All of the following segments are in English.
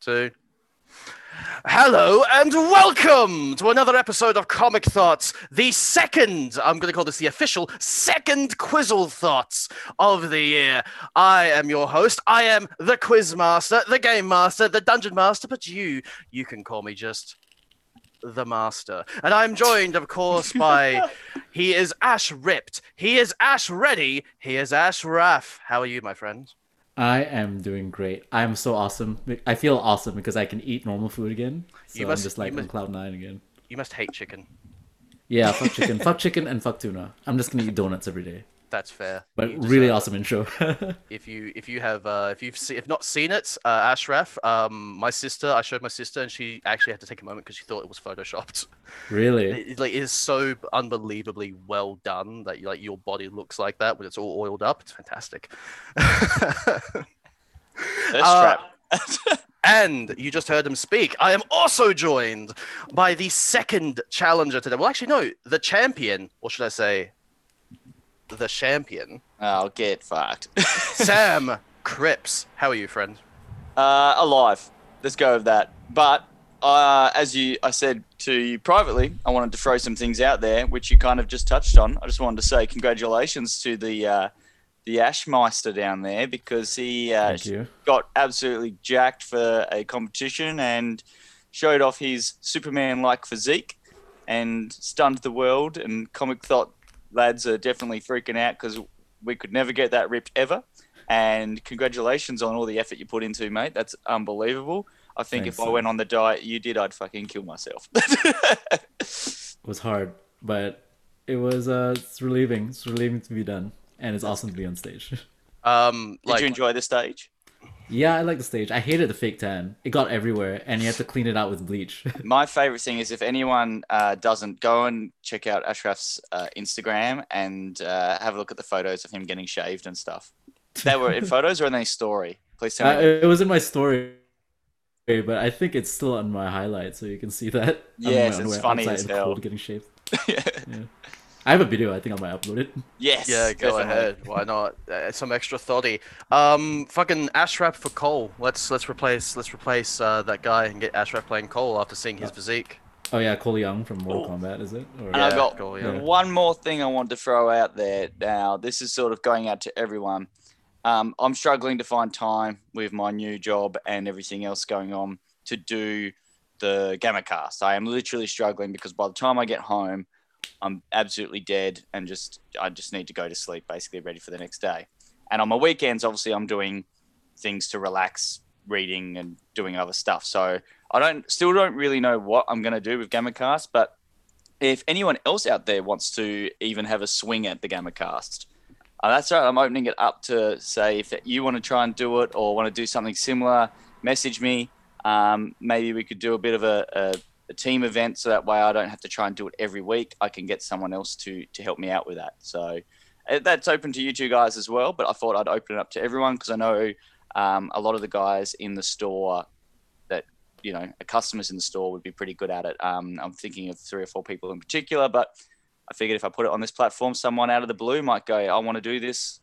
two. Hello and welcome to another episode of Comic Thoughts, the second, I'm going to call this the official second Quizzle Thoughts of the year. I am your host. I am the Quiz Master, the Game Master, the Dungeon Master, but you, you can call me just the Master. And I'm joined, of course, by he is Ash Ripped, he is Ash Ready, he is Ash Raff. How are you, my friend? I am doing great. I'm so awesome. I feel awesome because I can eat normal food again. So You must- I'm just like you must- on cloud nine again. You must hate chicken. Yeah, fuck chicken, fuck chicken, and fuck tuna. I'm just gonna eat donuts every day. That's fair. But You really deserve it. awesome intro. if you if you have uh, if you've se- if not seen it, uh, Ashraf, um, my sister, I showed my sister, and she actually had to take a moment because she thought it was photoshopped. really, It, it, like it is so unbelievably well done that like your body looks like that when it's all oiled up. It's fantastic. Thirst Uh, trap. And you just heard him speak. I am also joined by the second challenger today. Well, actually, no, the champion, or should I say, the champion, Oh, get fucked. Sam Cripps. How are you, friend? uh, alive. Let's go with that. But uh, as you, I said to you privately, I wanted to throw some things out there, which you kind of just touched on. I just wanted to say congratulations to the uh, the Ashmeister down there because he uh, thank you. got absolutely jacked for a competition and showed off his Superman-like physique and stunned the world. And comic thought lads are definitely freaking out because we could never get that ripped ever. And congratulations on all the effort you put into, mate. That's unbelievable. I think if Thanks, I man. went on the diet you did, I'd fucking kill myself. It was hard, but it was uh, it's relieving. It's relieving to be done, and it's awesome to be on stage. Um, did you enjoy the stage? yeah, I like the stage. I hated the fake tan. It got everywhere, and you had to clean it out with bleach. My favorite thing is if anyone uh, doesn't go and check out Ashraf's uh, Instagram and uh, have a look at the photos of him getting shaved and stuff. They were in photos or in a story. Please tell uh, me. it was in my story, but I think it's still on my highlight, so you can see that. I'm in my Yes, it's underwear funny outside as in hell. Cold getting shaved. I have a video. I think I might upload it. yes. Yeah, go definitely. ahead. Why not? Uh, some extra thoddy. Um, fucking Ashraf for Cole. Let's let's replace let's replace uh, that guy and get Ashraf playing Cole after seeing his physique. Oh yeah, Cole Young from Mortal Kombat, is it? Or, And Yeah, I've got go, yeah. one more thing I want to throw out there. Now, this is sort of going out to everyone. Um, I'm struggling to find time with my new job and everything else going on to do the Gamma Cast. I am literally struggling because by the time I get home, I'm absolutely dead and just I just need to go to sleep, basically ready for the next day. And on my weekends, obviously, I'm doing things to relax, reading and doing other stuff. So I don't still don't really know what I'm gonna do with Gamma Cast, but if anyone else out there wants to even have a swing at the Gamacast, uh, that's right. I'm opening it up to say if you want to try and do it or want to do something similar, message me. Um, maybe we could do a bit of a, a, a team event so that way I don't have to try and do it every week. I can get someone else to to help me out with that. So uh, that's open to you two guys as well. But I thought I'd open it up to everyone because I know um, a lot of the guys in the store that you know are customers in the store would be pretty good at it. Um, I'm thinking of three or four people in particular, but I figured if I put it on this platform, someone out of the blue might go, "I want to do this."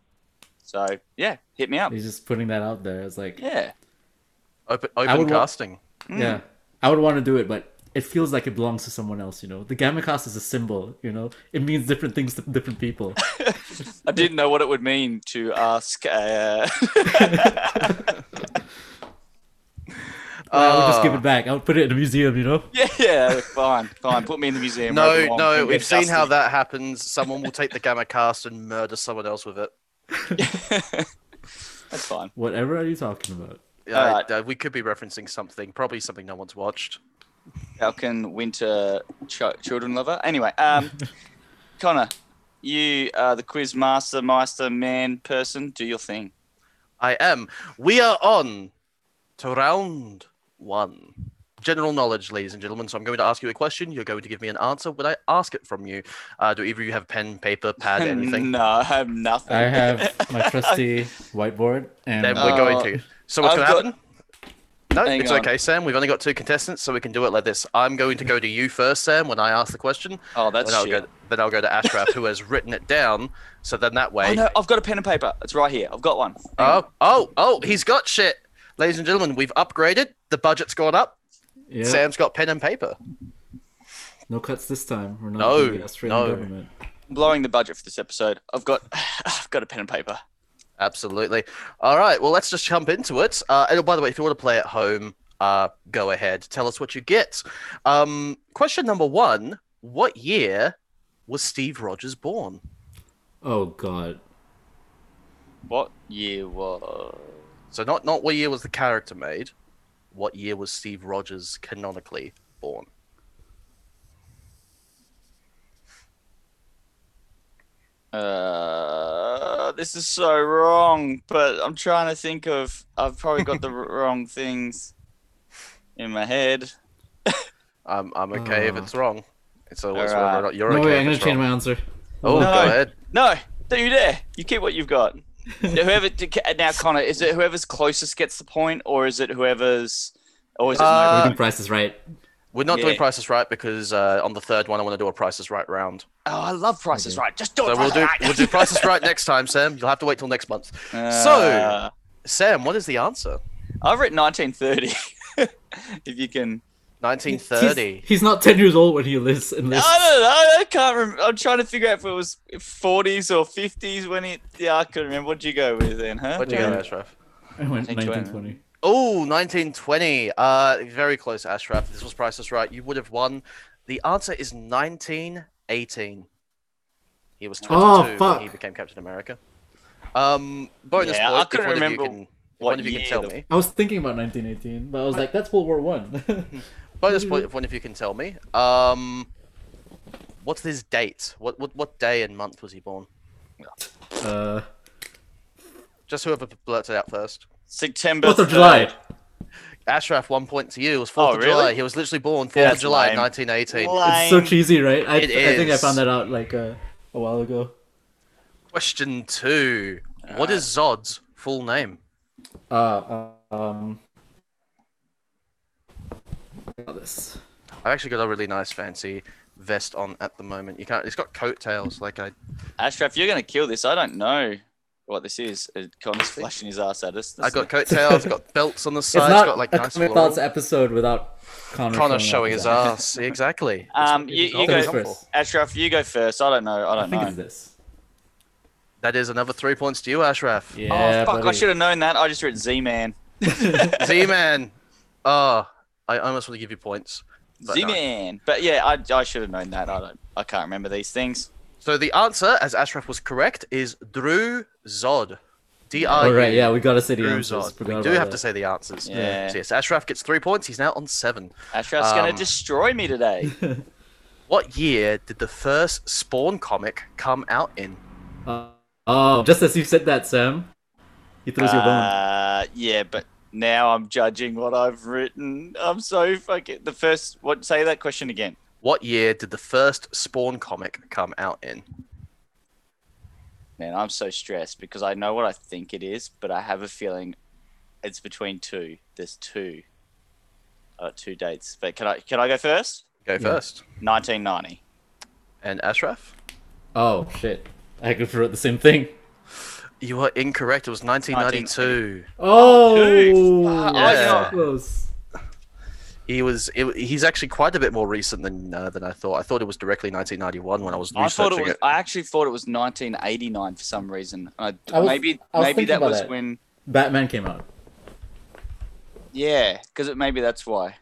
So yeah, hit me up. He's just putting that out there. It's like, Yeah, Open I open would wa- casting. Mm-hmm. yeah, I would want to do it, but it feels like it belongs to someone else. You know, the Gamma Cast is a symbol. You know, it means different things to different people. I didn't know what it would mean to ask. Uh, But I would just Oh. give it back. I would put it in a museum. You know, yeah, yeah, fine, fine. Put me in the museum. where I No, belong no, and get we've seen how dusty. that happens. Someone will take the gamma cast and murder someone else with it. That's fine. whatever are you talking about? Uh, Alright. uh, we could be referencing something, probably something no one's watched. Falcon Winter ch- Children Lover. Anyway, um, Connor, you are the quiz master, meister, man, person. Do your thing. I am. We are on to round one. General knowledge, ladies and gentlemen. So I'm going to ask you a question. You're going to give me an answer when I ask it from you. Uh, do either of you have pen, paper, pad, anything? no, I have nothing. I have my trusty whiteboard, and Then uh, we're going Uh, to. So what's I've going to got- happen? No, Hang it's on. okay, Sam. We've only got two contestants, so we can do it like this. I'm going to go to you first, Sam, when I ask the question. Oh, that's then I'll shit. Go, then I'll go to Ashraf, who has written it down. So then that way. Oh, no, I've got a pen and paper. It's right here. I've got one. Hang on. oh, oh, oh, he's got shit. ladies and gentlemen, we've upgraded. The budget's gone up. Yeah. Sam's got pen and paper. No cuts this time. We're not No, gonna get Australian no. government. blowing the budget for this episode. I've got, I've got a pen and paper. Absolutely. All right. Well, let's just jump into it. Uh, and by the way, if you want to play at home, uh, go ahead. Tell us what you get. Um, question number one: What year was Steve Rogers born? Oh god. What year was? So not not what year was the character made. What year was Steve Rogers canonically born? Uh, this is so wrong, but I'm trying to think of. I've probably got the wrong things in my head. Um, I'm okay if Uh. it's wrong. It's always Alright. whether or not you're no okay. way, I'm if gonna it's change wrong. my answer. Oh, No. go ahead. No, don't you dare. You keep what you've got. whoever now, Connor, is it whoever's closest gets the point, or is it whoever's, or is it? Uh, I think Price is right. We're not Yeah. doing prices right because uh, on the third one I want to do a prices right round. oh, I love prices Okay. right. Just do it. So we'll Price do Is Right. we'll do prices right next time, Sam. You'll have to wait till next month. So- Sam, what is the answer? Uh, I've written 1930. if you can, 1930. He's, he's not ten years old when he lives in this. I don't know. I can't remember. I'm trying to figure out if it was 40s or 50s when it. Yeah, I couldn't remember. What'd you go with then, huh? What'd you go, Yeah. Ashraf? I went Take you in. 1920. Oh, 1920. Uh, very close, Ashraf. If This was prices right. You would have won. The answer is 1918. He was 22 Oh, when fuck. he became Captain America. Um, bonus Yeah, point. I if couldn't one of you remember can- if what one of you can year tell the- me. I was thinking about 1918, but I was like, that's World War One. Bonus Mm-hmm. point if one of you can tell me. Um, what's his date? What what what day and month was he born? uh, Just whoever blurts it out first. September. Fourth of 3rd. July. Ashraf, one point to you. It was Fourth Oh, of really? July. He was literally born Fourth of that's July, lame. 1918. It's so Lame. cheesy, right? I, It I think I is. found that out like uh, a while ago. Question two: What is Zod's full name? Uh, um, got this. I've actually got a really nice fancy vest on at the moment. You can't. It's got coattails. Like I. Ashraf, you're gonna kill this. I don't know what this is. Uh, Connor's flashing his ass at us. I got coattails. got belts on the It's side. It's not got like a nice. Comic floral- Thoughts episode without Connor, Connor up showing his uh, ass. Yeah, exactly. Um, It's- you- it's you always go- helpful. Ashraf, you go first. I don't know. I I don't think know. it's this. That is another three points to you, Ashraf. Yeah, oh fuck! I buddy. should have known that. I just read Z-Man. Z-man. Oh, I almost want to give you points. but no. Z-Man. But yeah, I, I should have known that. I don't. I can't remember these things. So the answer, as Ashraf was correct, is Drew Zod. D R All U. right, yeah, we gotta say the Drew answers. Zod. Forgot We do about have that. to say the answers. Yeah. So yes, Ashraf gets three points. He's now on seven. Ashraf's gonna Um, destroy me today. What year did the first Spawn comic come out in? Uh, oh, just as you said that, Sam, he throws you a bone. Uh, yeah, but now I'm judging what I've written. I'm so fucking the first. What say that question again? What year did the first Spawn comic come out in? Man, I'm so stressed because I know what I think it is, but I have a feeling it's between two. There's two. Uh, two dates. But can I can I go first? Go first. 1990. And Ashraf, Oh shit! I could wrote the same thing. you are incorrect. It was 1992. Oh, dude. Oh, yeah. so close. He was. It, he's actually quite a bit more recent than uh, than I thought. I thought it was directly 1991 when I was I researching thought it was. I actually thought it was 1989 for some reason. I, I was- maybe I was maybe thinking that about was that. when. Batman came out. Yeah, because maybe that's why.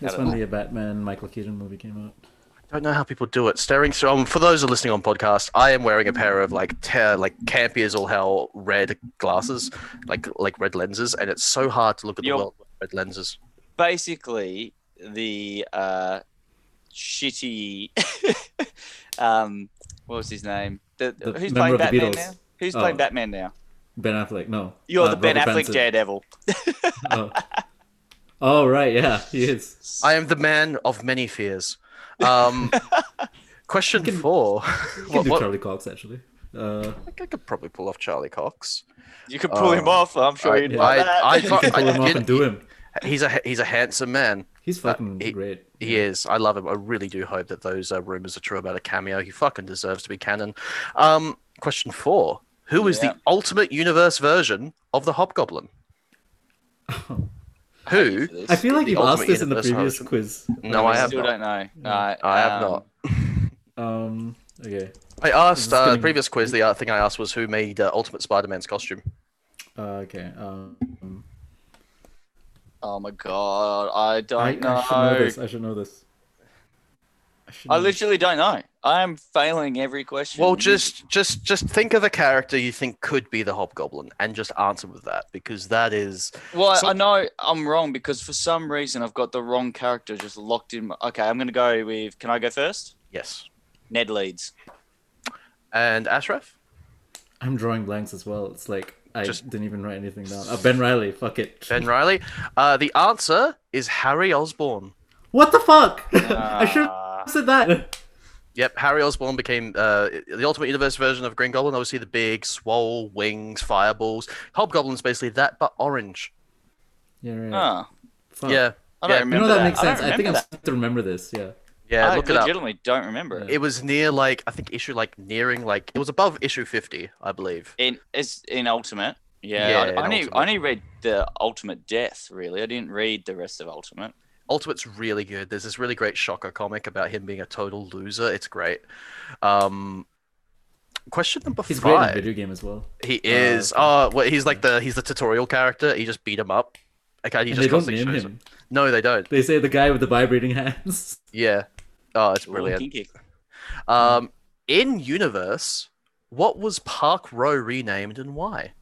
That's when the Batman Michael Keaton movie came out. don't know how people do it. Staring through. Um, for those who are listening on podcast, I am wearing a pair of like te- like campy as all hell red glasses, like like red lenses, and it's so hard to look at the You're- world with red lenses. basically the uh, shitty. um, what was his name? The, The who's member playing of the Batman Beatles. now? Who's Oh. playing Batman now? Ben Affleck, no. You're Uh, the Ben Robert Affleck Pattinson. Daredevil. Oh. oh right, yeah, he is. I am the man of many fears. Um, question four. You can What, do what- Charlie Cox actually. Uh, I think I could probably pull off Charlie Cox. You could Oh. pull him off. I'm sure I- you'd yeah. like I- that. I thought- pull him off did- and do him. He's a he's a handsome man. He's fucking he- great. He is. I love him. I really do hope that those uh, rumors are true about a cameo. He fucking deserves to be canon. Um, question four: Who is Yeah. the ultimate universe version of the Hobgoblin? I hate you Who? for this. I feel like The you've asked ultimate this in the universe previous horizon. quiz. No, I have still not. don't know. No, I have um, not. Um. Okay. I asked This is uh, gonna the be- previous quiz. The uh, thing I asked was who made uh, Ultimate Spider-Man's costume. Uh, okay. Um. Oh my god, I I, don't I should know know. this. I should know this. I, should I know this. literally don't know. I am failing every question. Well, just just just think of a character you think could be the Hobgoblin, and just answer with that because that is Well, so- I know I'm wrong because for some reason I've got the wrong character just locked in. My... Okay, I'm gonna go with. Can I go first? yes. Ned Leeds. And Ashraf, I'm drawing blanks as well. It's like I Just- didn't even write anything down. Uh, ben Riley. Fuck it. Ben Riley. Uh, the answer is Harry Osborn. What the fuck? I should Ah. have said that. Yep, Harry Osborn became uh, the Ultimate Universe version of Green Goblin. Obviously, the big, swole wings, fireballs. Hobgoblin's basically that, but orange. Yeah. Right. Ah, Fuck. Yeah, I don't Yeah. You know remember that, that. makes I don't sense. I, think remember I'm that. supposed to remember this. Yeah. yeah. I look it up. legitimately don't remember it. It was near like I think issue like nearing like it was above issue fifty, I believe. In it's in Ultimate. Yeah, Yeah, I, in I only Ultimate. I only read the Ultimate Death. Really, I didn't read the rest of Ultimate. Ultimate's really good. There's this really great shocker comic about him being a total loser. It's great. Um, question number He's great in five. video game as well. He is. Uh, well, he's like the he's the tutorial character. He just beat him up. Okay, he And just they don't constantly name shows him. No, they don't. They say the guy with the vibrating hands. Yeah. Oh, it's Ooh, brilliant. kinky. Um, in universe, what was Park Row renamed and why?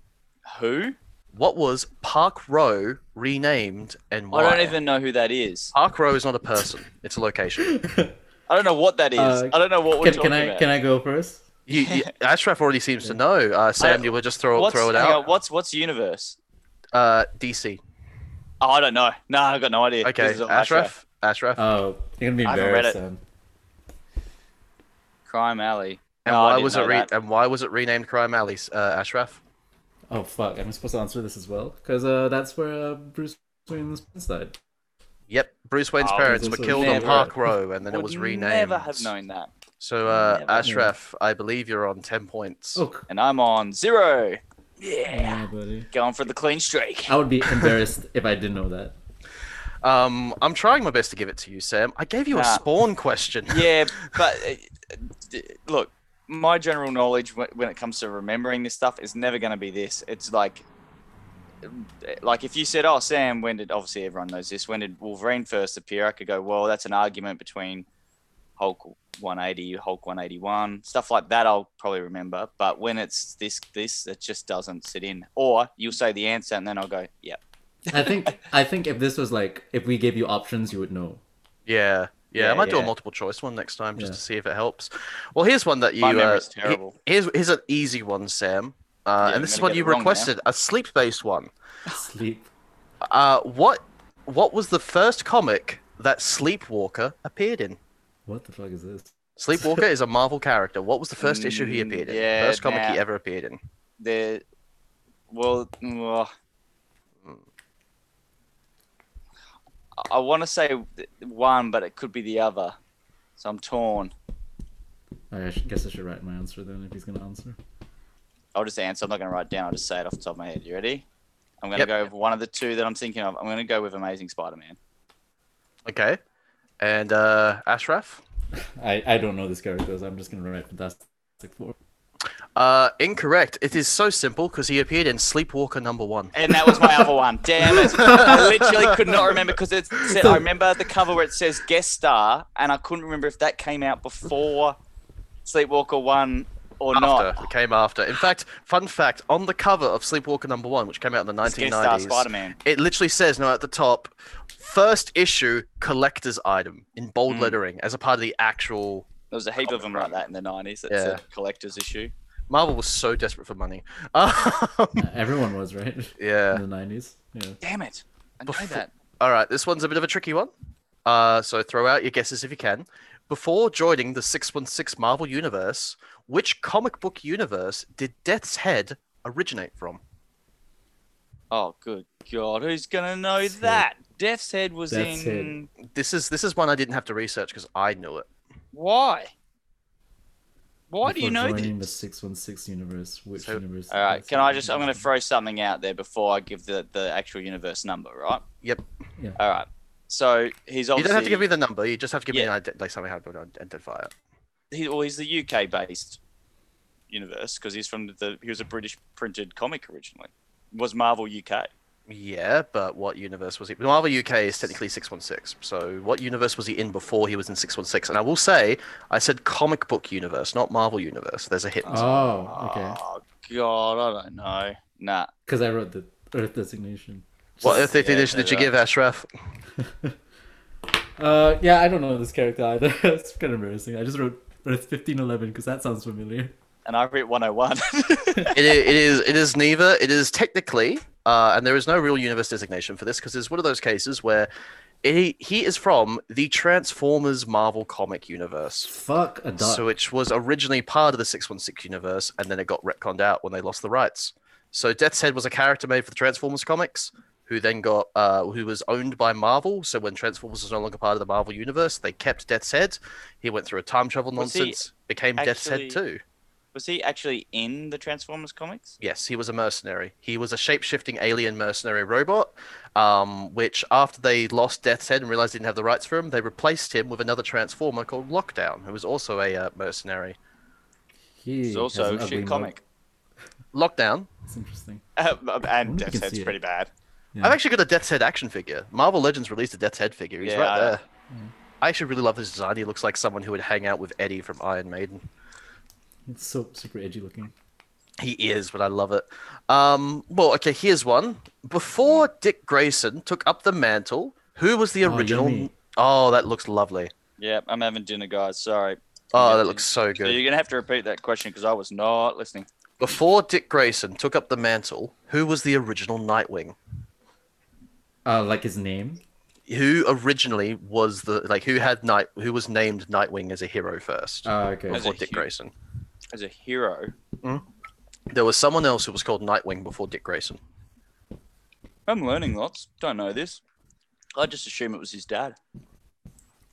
Who? What was Park Row renamed and why? I don't even know who that is. Park Row is not a person; it's a location. I don't know what that is. Uh, I don't know what Can, we're talking can I about. can I go first? You, you, Ashraf already seems to know. Uh, Sam, you would just throw what's, throw it hang out. on, what's what's universe? Uh, DC. Oh, I don't know. No, I've got no idea. Okay, This is all Ashraf. Ashraf. Oh, you're gonna be I haven't read embarrassed. it. Sam. Crime Alley. and No, I why didn't was know it re- that. and why was it renamed Crime Alley? s- Uh, Ashraf. Oh fuck! Am I supposed to answer this as well? Because uh, that's where uh, Bruce Wayne's parents died. Yep. Bruce Wayne's Oh, parents this were was killed on never- Park Row, and then it Would was renamed. Never have known that. So, uh, Never. Ashraf, I believe you're on ten points. Oh, c- And I'm on zero. Yeah, yeah, buddy. going for the clean streak. I would be embarrassed if I didn't know that. Um, I'm trying my best to give it to you, Sam. I gave you a Nah. spawn question. yeah, but uh, d- look, my general knowledge wh- when it comes to remembering this stuff is never going to be this. It's like, like if you said, "Oh, Sam, when did?" Obviously, everyone knows this. When did Wolverine first appear? I could go, "Well, that's an argument between Hulk 180, Hulk 181, stuff like that." I'll probably remember. But when it's this, this, it just doesn't sit in. Or you'll say the answer, and then I'll go, "Yeah." I think I think if this was like if we gave you options, you would know. Yeah. Yeah, I Yeah, might do a yeah. multiple choice one next time just Yeah. to see if it helps. Well, here's one that you. My uh, memory's he- terrible. here's here's an easy one, Sam. Uh, Yeah, I'm and this is gonna what get you it wrong now. requested, a sleep-based one. Sleep. Uh, what what was the first comic that Sleepwalker appeared in? What the fuck is this? Sleepwalker is a Marvel character. What was the first issue he Mm, appeared in? yeah, first comic he nah. ever appeared in. the well, well I want to say th- one, but it could be the other, so I'm torn. I sh- guess I should write my answer then if he's gonna answer. I'll just answer. I'm not going to write it down. I'll just say it off the top of my head. You ready? I'm going Yep. to go with one of the two that I'm thinking of. I'm going to go with Amazing Spider-Man. Okay. And uh, Ashraf? I I don't know this character, so I'm just gonna write Fantastic Four. Uh, incorrect. It is so simple because he appeared in Sleepwalker number one. And that was my other one. Damn it! I literally could not remember because it said. I remember the cover where it says guest star, and I couldn't remember if that came out before Sleepwalker one or not. After it came after. In fact, fun fact: on the cover of Sleepwalker Number One, which came out in the It's Guest star 1990s, Spider-Man. it literally says now at the top, first issue collector's item in bold Mm. lettering as a part of the actual. There was a heap of them like Right. that in the 90s. That's Yeah. a collector's issue. Marvel was so desperate for money. Um, Uh, Everyone was right yeah. in the nineties. Yeah. Damn it. I know Befo- that. All right, this one's a bit of a tricky one. Uh, so throw out your guesses if you can. Before joining the 616 Marvel Universe, which comic book universe did Death's Head originate from? Oh, good God. Who's going to know That's it. that? Death's Head was That's in. This is this is one I didn't have to research because I knew it. Why? Why do you before know joining this? the six one six universe? Which So- universe? All right, is can it? I just? I'm going to throw something out there before I give the the actual universe number, right? Yep. Yeah. All right. So he's You obviously don't have to give me the number. You just have to give me Yeah. an ident- like something how to identify it. he, well, he's the UK based universe because he's from the he was a British printed comic originally. Was Marvel UK? Yeah, but what universe was he? Marvel UK is technically 616. So what universe was he in before he was in 616? And I will say, I said comic book universe, not Marvel universe. There's a hit. Oh, okay. Oh God, I don't know. Nah. Because I wrote the Earth designation. what if they yeah, did, did you no, give Ashraf? Uh, yeah, I don't know this character either. it's kind of embarrassing. I just wrote Earth fifteen eleven because that sounds familiar. And I oh read it, 101. i- it is it is neither it is technically uh, and there is no real universe designation for this because it's one of those cases where he he is from the transformers marvel comic universe Fuck a dot. so which was originally part of the 616 universe and then it got retconned out when they lost the rights so death's head was a character made for the transformers comics who then got uh, who was owned by marvel so when transformers was no longer part of the marvel universe they kept death's head he went through a time travel Was he nonsense became death's head actually- too was he actually in the Transformers comics? Yes, he was a mercenary. He was a shape-shifting alien mercenary robot, um, which after they lost Death's Head and realized they didn't have the rights for him, they replaced him with another Transformer called Lockdown, who was also a uh, mercenary. He He's has also an a ugly shit mug. comic. Lockdown. It's interesting. Um, and wonder if you can Death's Head's see it. pretty bad. Hmm. Yeah. I've actually got a Death's Head action figure. Marvel Legends released a Death's Head figure. He's Yeah, right I- Hmm. there. I actually really love his design. He looks like someone who would hang out with Eddie from Iron Maiden. It's so super edgy looking. He is, but I love it. Um, well, okay, here's one. Before Dick Grayson took up the mantle, who was the Oh, original? yummy. oh that looks lovely. Yeah, I'm having dinner, guys. Sorry. Oh, Yeah, that dude. looks so So good. you're gonna have to repeat that question because I was not listening. Before Dick Grayson took up the mantle, who was the original Nightwing? Uh, like his name. Who originally was the like who had night who was named Nightwing as a hero first Uh, okay. As a before Dick hu- Grayson? As a hero, There was someone else who was called Nightwing before Dick Grayson. I'm learning lots. Don't know this. I just assume it was his dad.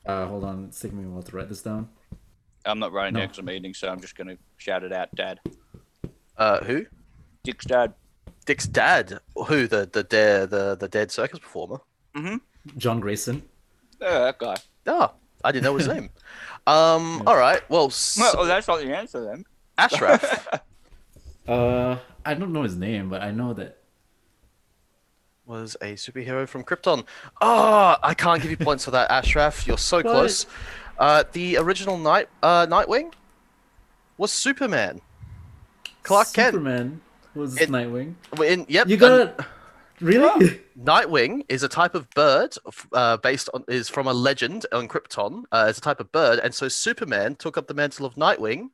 Uh, hold on. It's taking me a while to write this down. I'm not writing No. down 'cause I'm eating, so I'm just gonna shout it out, Dad. Uh, who? Dick's dad. Dick's dad. Who? The the dare the the dead circus performer. John Grayson. Yeah, that guy. Ah, I didn't know his name. Um, all right. Well, s- Well, well, that's not the answer then. Ashraf. Uh, I don't know his name, but I know that. was a superhero from Krypton. Ah, I can't give you points for that, Ashraf. You're so close. Uh, the original Night uh, Nightwing was Superman. Clark Kent. Superman was It- Nightwing. Well, In, yep. You and got it. Really? Nightwing is a type of bird f- uh, based on is from a legend on Krypton. Uh, it's a type of bird, and so Superman took up the mantle of Nightwing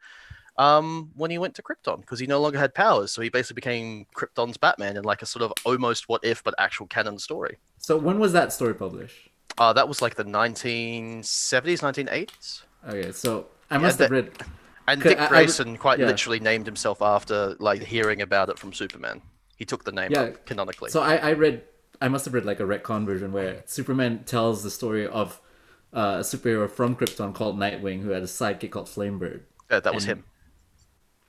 um, when he went to Krypton because he no longer had powers. So he basically became Krypton's Batman in like a sort of almost what if but actual canon story. so when was that story published? Uh, that was like the 1970s, 1980s. Okay, so I must have that- read. And Okay, Dick I- I re- Grayson quite yeah. literally named himself after like hearing about it from Superman. He took the name Yeah. up canonically. So I, I read. I must have read like a retcon version where Superman tells the story of uh, a superhero from Krypton called Nightwing who had a sidekick called Flamebird. Yeah, that was and- him.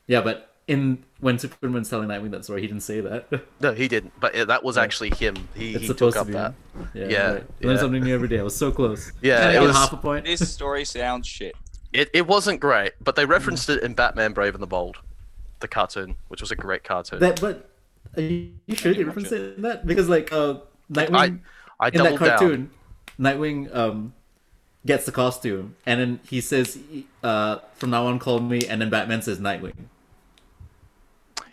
Yeah, but in when Superman's telling Nightwing that story, he didn't say that. No, he didn't. But uh, that was actually him. He, It's he took supposed to up be. that. him. Yeah, Yeah, right. learn yeah. something new every day. I was so close. Yeah, Can I it get was- half a point. This story sounds shit. It, it wasn't great, but they referenced Mm-hmm. it in Batman Brave and the Bold, the cartoon, which was a great cartoon. That, but are you you sure they referenced it in that? Because like uh, Nightwing I, I in that doubled down. cartoon, Nightwing um gets the costume, and then he says, uh, "From now on, call me." And then Batman says, "Nightwing."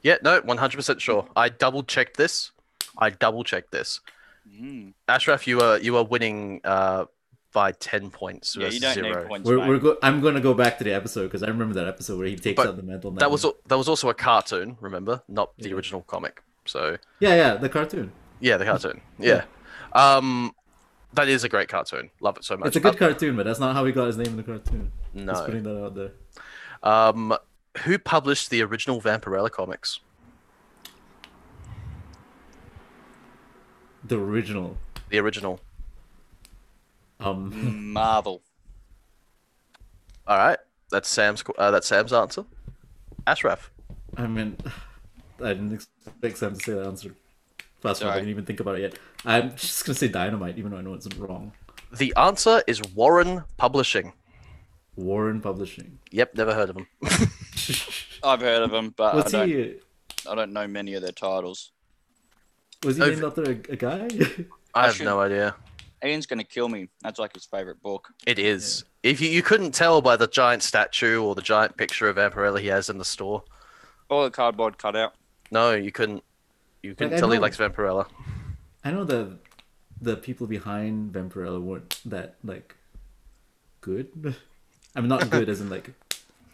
Yeah, no, 100% sure. I double checked this. I double checked this. Mm. Ashraf, you are you are winning uh, by 10 points. Yeah, you versus don't zero. need points, We're, mate. we're go- I'm gonna go back to the episode because I remember that episode where he takes But out the mental. That was al- that was also a cartoon, remember, not the Yeah. original comic. So yeah, yeah, the cartoon. yeah, the cartoon. Yeah, um, that is a great cartoon. Love it so much. It's a good cartoon, but that's not how he got his name in the cartoon. No. Just putting that out there. Um, who published the original Vampirella comics? The original. The original. Um, Marvel. Mm. All right, that's Sam's. qu- Uh, that's Sam's answer. Ashraf. I mean, I didn't expect Sam to say that answer. Last one, I Sorry. didn't even think about it yet. I'm just gonna say dynamite, even though I know it's wrong. The answer is Warren Publishing. Warren Publishing. Yep, never heard of him. Uh, I've heard of them, but Was I don't, he? I don't know many of their titles. Was he I've- named after a, a guy? I have should- no idea. Ian's gonna kill me. That's like his favorite book. It is. If you, you couldn't tell by the giant statue or the giant picture of Vampirella he has in the store. All the cardboard cutout. No, you couldn't. You couldn't I tell he know. likes Vampirella. I know the the people behind Vampirella weren't that like good. I mean, not good as in like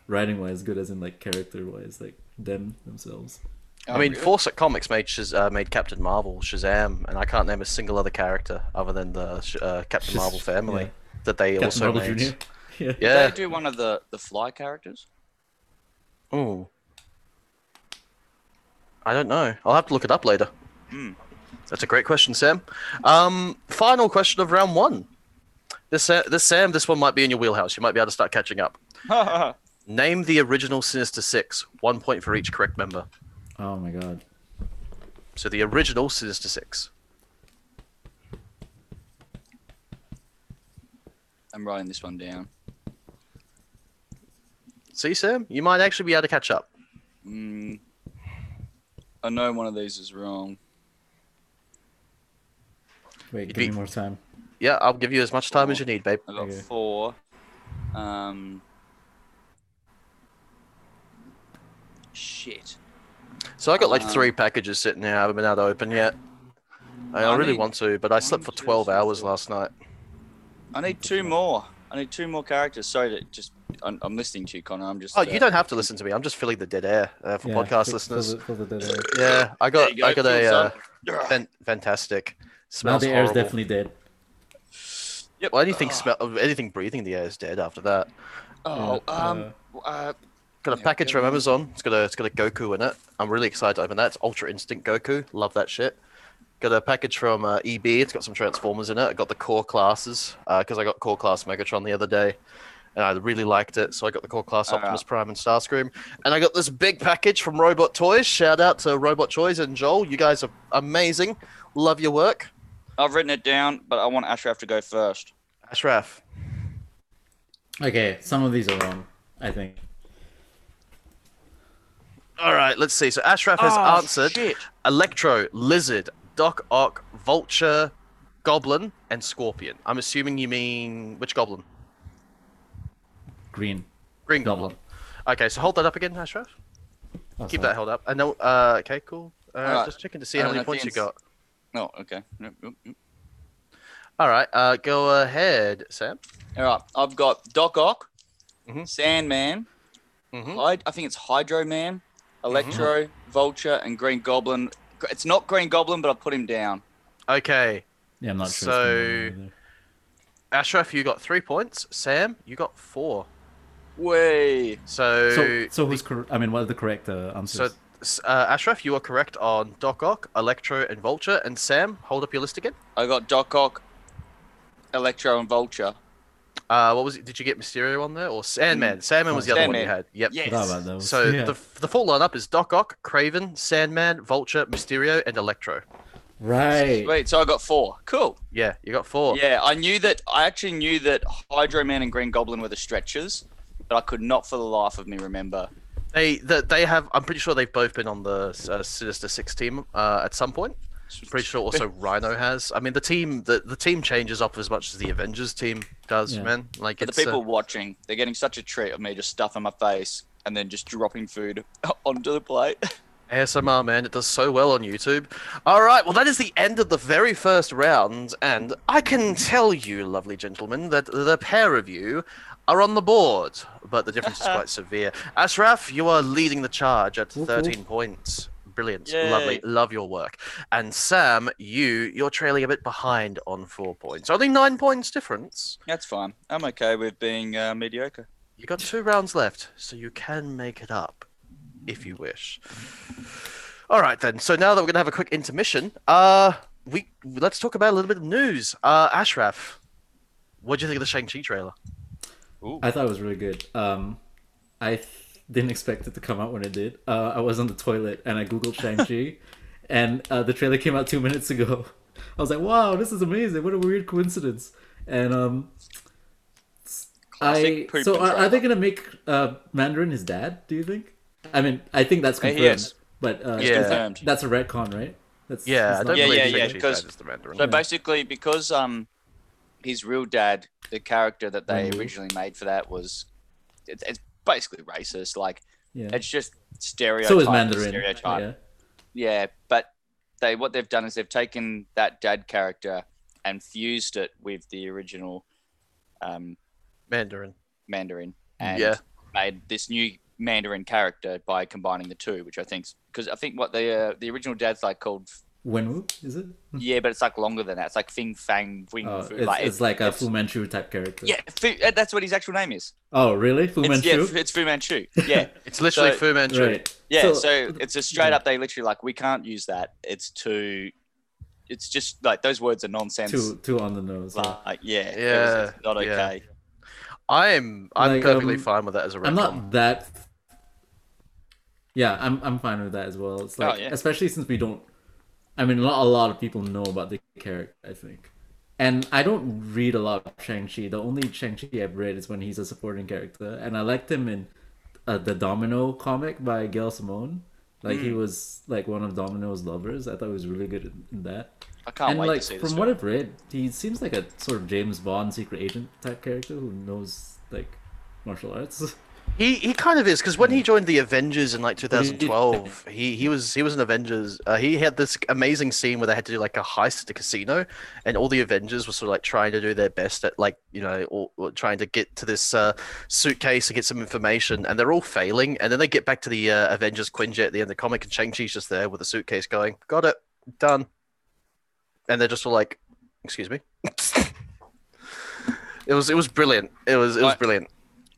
writing wise, good as in like character wise, like them themselves. I mean, really? Fawcett Comics made Shaz- uh, made Captain Marvel, Shazam, and I can't name a single other character other than the Sh- uh, Captain Shaz- Marvel family yeah. that they Captain also Marvel made. Junior. Yeah. Yeah. They do one of the the fly characters. Oh. I don't know. I'll have to look it up later. Hmm. That's a great question, Sam. Um, final question of round one. This, Sa- this Sam, this one might be in your wheelhouse. You might be able to start catching up. Name the original Sinister Six. One point for each correct member. Oh my god. So the original Sinister Six. I'm writing this one down. See, Sam, you might actually be able to catch up. Mm. I know one of these is wrong. Wait, give be- me more time. Yeah, I'll give you as much time as you need, babe. I got Okay. four. Um. Shit. So I got like Uh, three packages sitting here. I haven't been able to open yet. I, I I really need want to, but I slept for one, two, 12 three, hours four. last night. I need two more. I need two more characters. Sorry to just. I'm, I'm listening to you, Connor. I'm just. Oh, uh, you don't have to listen to me. I'm just filling the dead air uh, for Yeah, podcast fill- fill listeners. the- fill the dead air. Yeah, I got you go, I got a fill uh, some. fan- fantastic. Now Smells the air's horrible. definitely dead. Yep. Well, anything smell anything breathing the air is dead after that. Oh, Yeah, um, uh, Got a Yeah, package go from Amazon. It's got a it's got a Goku in it. I'm really excited to open that. It's Ultra Instinct Goku. Love that shit. Got a package from uh, EB. It's got some Transformers in it. I got the core classes because I got core class Megatron the other day, and I really liked it. So I got the core class Ah. Optimus Prime and Starscream, and I got this big package from Robot Toys. Shout out to Robot Toys and Joel. You guys are amazing. Love your work, I've written it down, but I want Ashraf to go first. Ashraf. uh, Okay, some of these are wrong. I think. All right, let's see. So Ashraf has Oh, answered shit. Electro, Lizard, Doc Ock, Vulture, Goblin, and Scorpion. I'm assuming you mean which Goblin? Green. Green Goblin. Goblin. Okay, so hold that up again, Ashraf. Oh, Keep sorry. that held up. And no, uh, okay, cool. Uh, Alright. Just checking to see I how don't many know if points you Ian's- got. No, Oh, okay. Yep, yep, yep. All right, uh, go ahead, Sam. All right, I've got Doc Ock, Mhm. Sandman, Mhm. Hyd- I think it's Hydro Man, Mm-hmm. Electro, Vulture, and Green Goblin. Gr- It's not Green Goblin, but I put him down. Okay, Yeah, I'm not sure. So- it's gonna be either. Ashraf, you got three points. Sam, you got four. Way. So, So, so who's cor- I mean, what are the correct uh, so, answers? s- uh, Ashraf, you are correct on Doc Ock, Electro, and Vulture. And Sam, hold up your list again. I got Doc Ock, Electro, and Vulture. Uh, what was it? Did you get Mysterio on there or Sandman? Sandman was the other one you Mm. Sandman. had. Yep. Yes. Forgot about those. So Yeah. the the full lineup is Doc Ock, Craven, Sandman, Vulture, Mysterio, and Electro. right. Wait, so I got four. Cool. Yeah, you got four. Yeah, I knew that. I actually knew that Hydro Man and Green Goblin were the stretchers, but I could not for the life of me remember. They that they have. I'm pretty sure they've both been on the uh, Sinister Six team uh, at some point. Pretty sure also Rhino has. I mean, the team the, the team changes up as much as the Avengers team does, Yeah. man. Like But the it's, uh, people watching, they're getting such a treat of me just stuffing my face and then just dropping food onto the plate. ASMR, man, it does so well on YouTube. All right, well, that is the end of the very first round, and I can tell you, lovely gentlemen, that the pair of you are on the board, but the difference is quite severe. Ashraf, you are leading the charge at Woof, 13 points. Brilliant, Yay. lovely, love your work. And Sam, you, you're trailing a bit behind on four points. Only nine points difference. That's fine. I'm okay with being uh, mediocre. You got two rounds left, so you can make it up if you wish. All right then. So now that we're gonna have a quick intermission, uh, we let's talk about a little bit of news. Uh, Ashraf, what do you think of the Shang Chi trailer? Ooh. I thought it was really good. Um, I th- didn't expect it to come out when it did. Uh, I was on the toilet and I googled Shang Chi, and uh, the trailer came out two minutes ago. I was like, "Wow, this is amazing! What a weird coincidence!" And um, I Classic poop so and are, are they drama. gonna make uh, Mandarin his dad? Do you think? I mean, I think that's Uh, he confirmed. is. But uh, Yeah. that's, Confirmed. that's a retcon, right? That's Yeah, I that's don't Yeah, believe yeah, Shang-Chi yeah, because- dad is the Mandarin. So basically, because um, his real dad, the character that they Mhm. originally made for that was, it's, it's basically racist. Like yeah. it's just stereotype. So is Mandarin. Stereotype. Yeah. Yeah, but they what they've done is they've taken that dad character and fused it with the original um, Mandarin. Mandarin and Yeah. made this new Mandarin character by combining the two, which I think's because I think what the uh, the original dad's like called Wenwu is it? yeah, but it's like longer than that. It's like Fing Fang Wing Hmm. Oh, Fu. it's, like, it's like a it's- Fu Manchu type character. yeah, Fu, uh, that's what his actual name is. Oh, really? Fu It's, yeah, Manchu. Fu- it's Fu Manchu. Yeah, It's literally So- Fu Manchu. Right. yeah. So, it's a straight up. They literally like we can't use that. It's too. It's just like those words are nonsense. two two on the nose. yeah. Like, yeah, it was- Yeah, it's not yeah. okay. I'm I'm Like, perfectly um, fine with that as a retcon. I'm not that. Yeah, I'm I'm fine with that as well. It's like Oh, yeah. especially since we don't. I mean, not a lot of people know about the character. I think, and I don't read a lot of Shang Chi. The only Shang Chi I've read is when he's a supporting character, and I liked him in uh, the Domino comic by Gail Simone. Like Mm. he was like one of Domino's lovers. I thought he was really good in- in that I can't and wait like to see from this. what What I've read, he seems like a sort of James Bond secret agent type character who knows like martial arts. He he kind of is because when he joined the Avengers in like 2012, he he was he was an Avengers. Uh, he had this amazing scene where they had to do like a heist at a casino, and all the Avengers were sort of like trying to do their best at like you know all, all trying to get to this uh, suitcase and get some information, and they're all failing. And then they get back to the uh, Avengers Quinjet at the end of the comic, and Shang Chi's just there with a suitcase, going, "Got it, done," and they're just all like, "Excuse me." It was it was brilliant. It was it was Right. brilliant.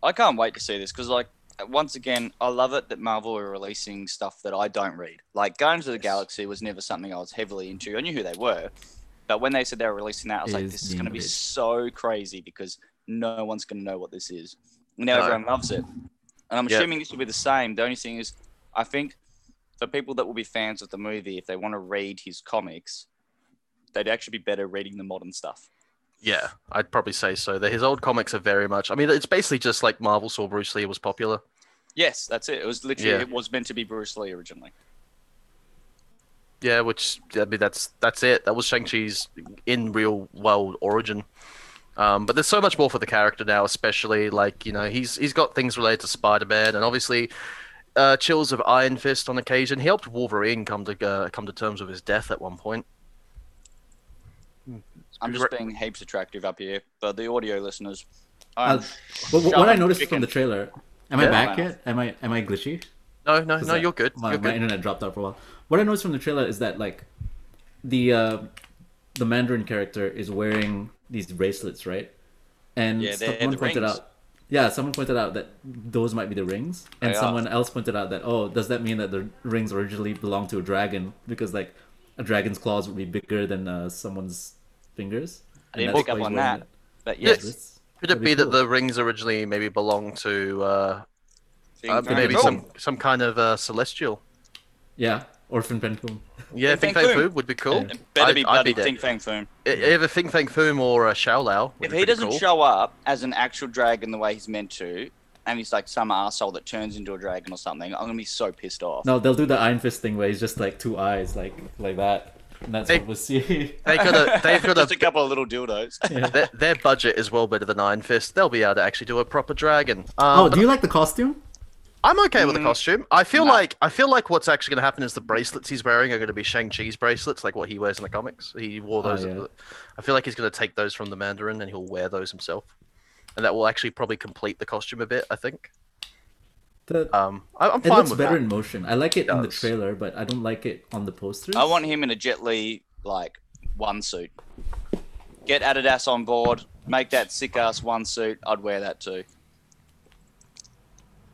I can't wait to see this because like once again, I love it that Marvel are releasing stuff that I don't read. Like Guardians of the Yes. Galaxy was never something I was heavily into. I knew who they were, but when they said they were releasing that, I was It like, is this is being going to be released. so crazy because no one's going to know what this is. Now No. everyone loves it, and I'm Yep. assuming this will be the same. The only thing is, I think for people that will be fans of the movie, if they want to read his comics, they'd actually be better reading the modern stuff. Yeah, I'd probably say so. That his old comics are very much. I mean, it's basically just like Marvel saw Bruce Lee was popular. Yes, that's it. It was literally Yeah. it was meant to be Bruce Lee originally. Yeah, which I mean, that's that's it. That was Shang Chi's in real world origin. Um, but there's so much more for the character now, especially like you know he's he's got things related to Spider Man and obviously uh, chills of Iron Fist on occasion. He helped Wolverine come to uh, come to terms with his death at one point. I'm just being heaps attractive up here, but the audio listeners. I'm Uh, But what, sharp what I and noticed chicken. from the trailer, am I Yeah. back yet? Am I am I glitchy? No, no, Is no, that- you're good. My, you're my good. internet dropped out for a while. What I noticed from the trailer is that like the uh, the Mandarin character is wearing these bracelets, right? And Yeah, they're someone the pointed rings. out, yeah, someone pointed out that those might be the rings, and They are. someone else pointed out that oh, does that mean that the rings originally belonged to a dragon? Because like a dragon's claws would be bigger than uh, someone's fingers. I And didn't that's pick why up he's on wearing that. it. But Yeah, yes, Bracelets. Could it That'd be be that cool. the rings originally maybe belonged to uh, think uh, very maybe cool. some some kind of uh, celestial? Yeah, Orphan Pencom. Yeah, Think Think Fang Fang Foom would be cool. Yeah. Better I'd- be I'd bloody there. Think Fang Foom. E- Either Think Fang Foom or uh, Xiao Lao. would If be he pretty doesn't cool. show up as an actual dragon the way he's meant to, and he's like some asshole that turns into a dragon or something, I'm gonna be so pissed off. No, they'll do the Iron Fist thing where he's just like two eyes, like like that, and that's Hey. what we'll see. they got a, they've got Just a, a couple of little dildos. their, their budget is well better than Iron Fist. They'll be able to actually do a proper dragon. Um, Oh, but do you like the costume? I'm okay with the Mm, costume. I feel no. like I feel like what's actually going to happen is the bracelets he's wearing are going to be Shang Chi's bracelets, like what he wears in the comics. He wore Oh, those. yeah. I feel like he's going to take those from the Mandarin and he'll wear those himself, and that will actually probably complete the costume a bit. I think. The, Um, I, I'm it fine looks with better that. in motion. I like it in the does. trailer, but I don't like it on the posters. I want him in a Jet Li like one suit. Get Adidas on board. Make that sick ass one suit. I'd wear that too.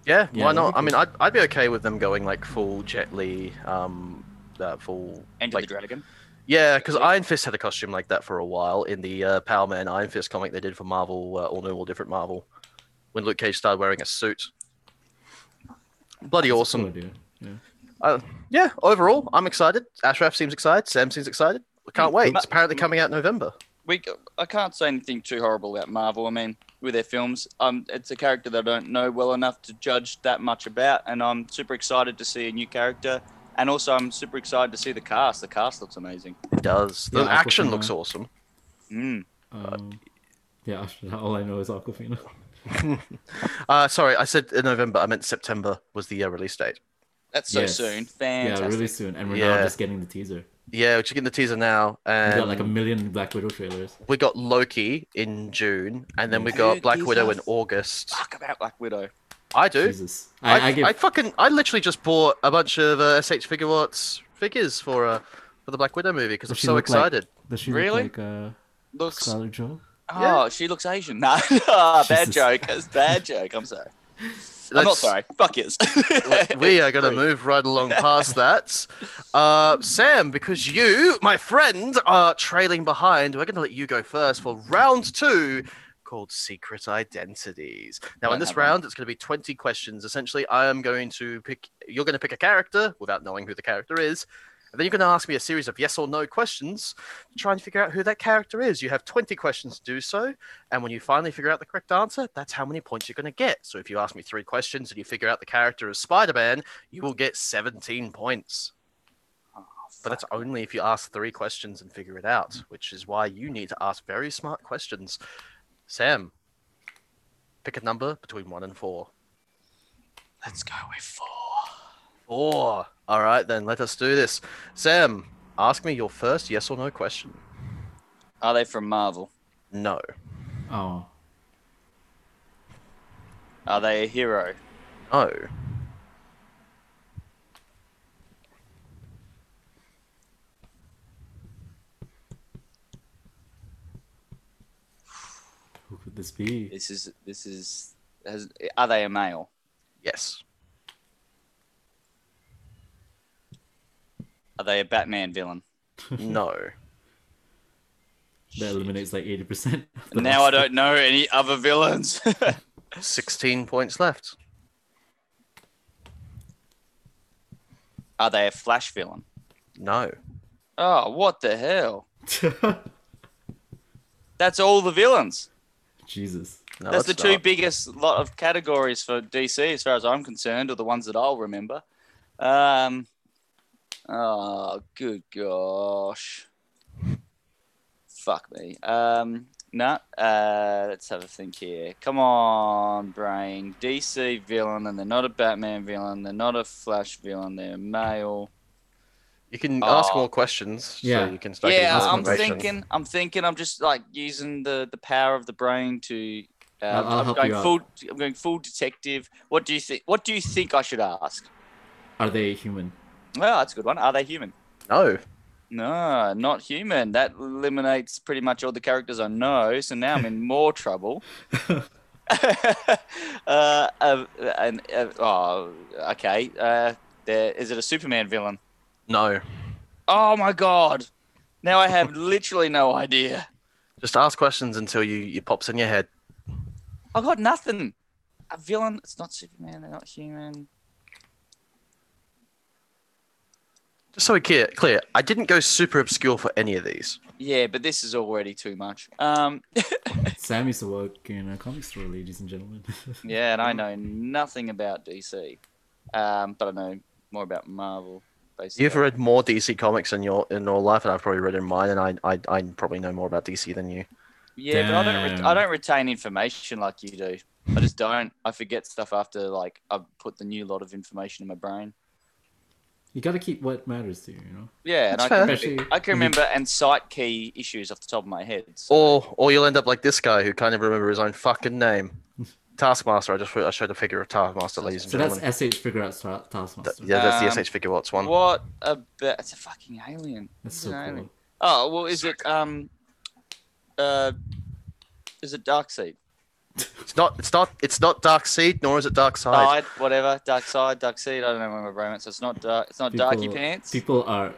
Yeah, Yeah, why that'd not? be I mean, cool. I'd, I'd be okay with them going like full Jet Li, um, uh, full Enter like the dragon. yeah, because Iron Fist had a costume like that for a while in the uh, Power Man Iron Fist comic they did for Marvel, uh, all new, all different Marvel, when Luke Cage started wearing a suit. Bloody awesome. Good idea. Yeah. Uh, yeah, overall, I'm excited. Ashraf seems excited. Sam seems excited. I can't wait. It's apparently coming out in November. we I can't say anything too horrible about Marvel. I mean, with their films, um, it's a character that I don't know well enough to judge that much about, and I'm super excited to see a new character, and also I'm super excited to see the cast. The cast looks amazing. It does. The Yeah, action Aquafina. looks awesome. Mm. Um, yeah, after that, all I know is Aquafina. Uh, sorry, I said in November. I meant September was the uh, release date. That's so Yes. soon. yeah, Fantastic. really soon, and we're Yeah. now just getting the teaser. Yeah, we're just getting the teaser now, We and got like a million Black Widow trailers. we got Loki in June, and then we got Dude, Black these Widow are- in August. Fuck about Black Widow. I do. Jesus, I, I, I, give fucking I literally just bought a bunch of uh, SH Figure Arts figures for uh, for the Black Widow movie because I'm Does she so look like- excited. Does she Really? look like uh, Looks. Scarlett Jo? Yeah. Oh, she looks Asian. No, Ah, bad Jesus. joke. That's a bad joke. I'm sorry. I'm not Let's- sorry. Fuck yes. We are going to Great. move right along past that. Uh, Sam, because you, my friend, are trailing behind, we're going to let you go first for round two called Secret Identities. Now, in Don't this have one. round, it's going to be 20 questions. Essentially, I am going to pick, you're going to pick a character without knowing who the character is. And then you're going to ask me a series of yes or no questions to try and figure out who that character is. You have 20 questions to do so. And when you finally figure out the correct answer, that's how many points you're going to get. So if you ask me three questions and you figure out the character as Spider Man, you will get 17 points. Oh, But that's only if you ask three questions and figure it out, which is why you need to ask very smart questions. Sam, pick a number between one and four. Let's go with four. Four. All right, then let us do this. Sam, ask me your first yes or no question. Are they from Marvel? No. Oh, Are they a hero? No. who could this be? This is this is. Has, are they a male? Yes. Are they a Batman villain? No. That eliminates like eighty percent. Now I don't know any other villains. 16 points left. Are they a Flash villain? No. Oh, what the hell? don't. That's all the villains. Jesus. no That's the it's two not. biggest lot of categories for DC, as far as I'm concerned, or the ones that I'll remember. Um, oh, good gosh. Fuck me. Um, no, uh, let's have a think here. Come on, brain. DC villain, and they're not a Batman villain. They're not a Flash villain. They're male. You can ask Aw. more questions. Yeah. So you can start getting Ah. Yeah, more I'm information. thinking. I'm thinking. I'm just like using the the power of the brain to. Uh, I'll- I'll am help going you out. full. I'm going full detective. What do you think? What do you think I should ask? Are they human? Well, that's a good one. Are they human? No. No, not human. That eliminates pretty much all the characters I know. So now I'm in more trouble. uh, uh, and uh, oh, okay. Uh, there is it a Superman villain? No. Oh my god! Now I have literally no idea. Just ask questions until you it pops in your head. I got nothing. A villain. It's not Superman. They're not human. Just so we clear, clear, I didn't go super obscure for any of these. Yeah, but this is already too much. Um, Sam used to work in a comic store, ladies and gentlemen. yeah, and I know nothing about DC, um, but I know more about Marvel. Basically, You've read more DC comics in your in your life than I've probably read in mine, and I I, I probably know more about DC than you. yeah, but I don't. Re- Damn. I don't retain information like you do. I just don't. I forget stuff after like I've put the new lot of information in my brain. you gotta keep what matters to you, you know. Yeah, and That's I can, fair. remember, I can remember and cite key issues off the top of my head. So. Or or you'll end up like this guy who can't even remember his own fucking name. Taskmaster. I just I showed a figure of Taskmaster, ladies and So gentlemen. that's SH Figure Out Star- Taskmaster. yeah, that's the Um, SH Figure Watts one. What a ba- it's a fucking alien. That's It's so an alien. cool. Oh well, is it um, uh, is it dark side? It's not it's not it's not Dark Seed, nor is it Dark Side. Side, whatever, dark side, dark seed. I don't know where my brain went, so it's not dark. It's not darky pants. People are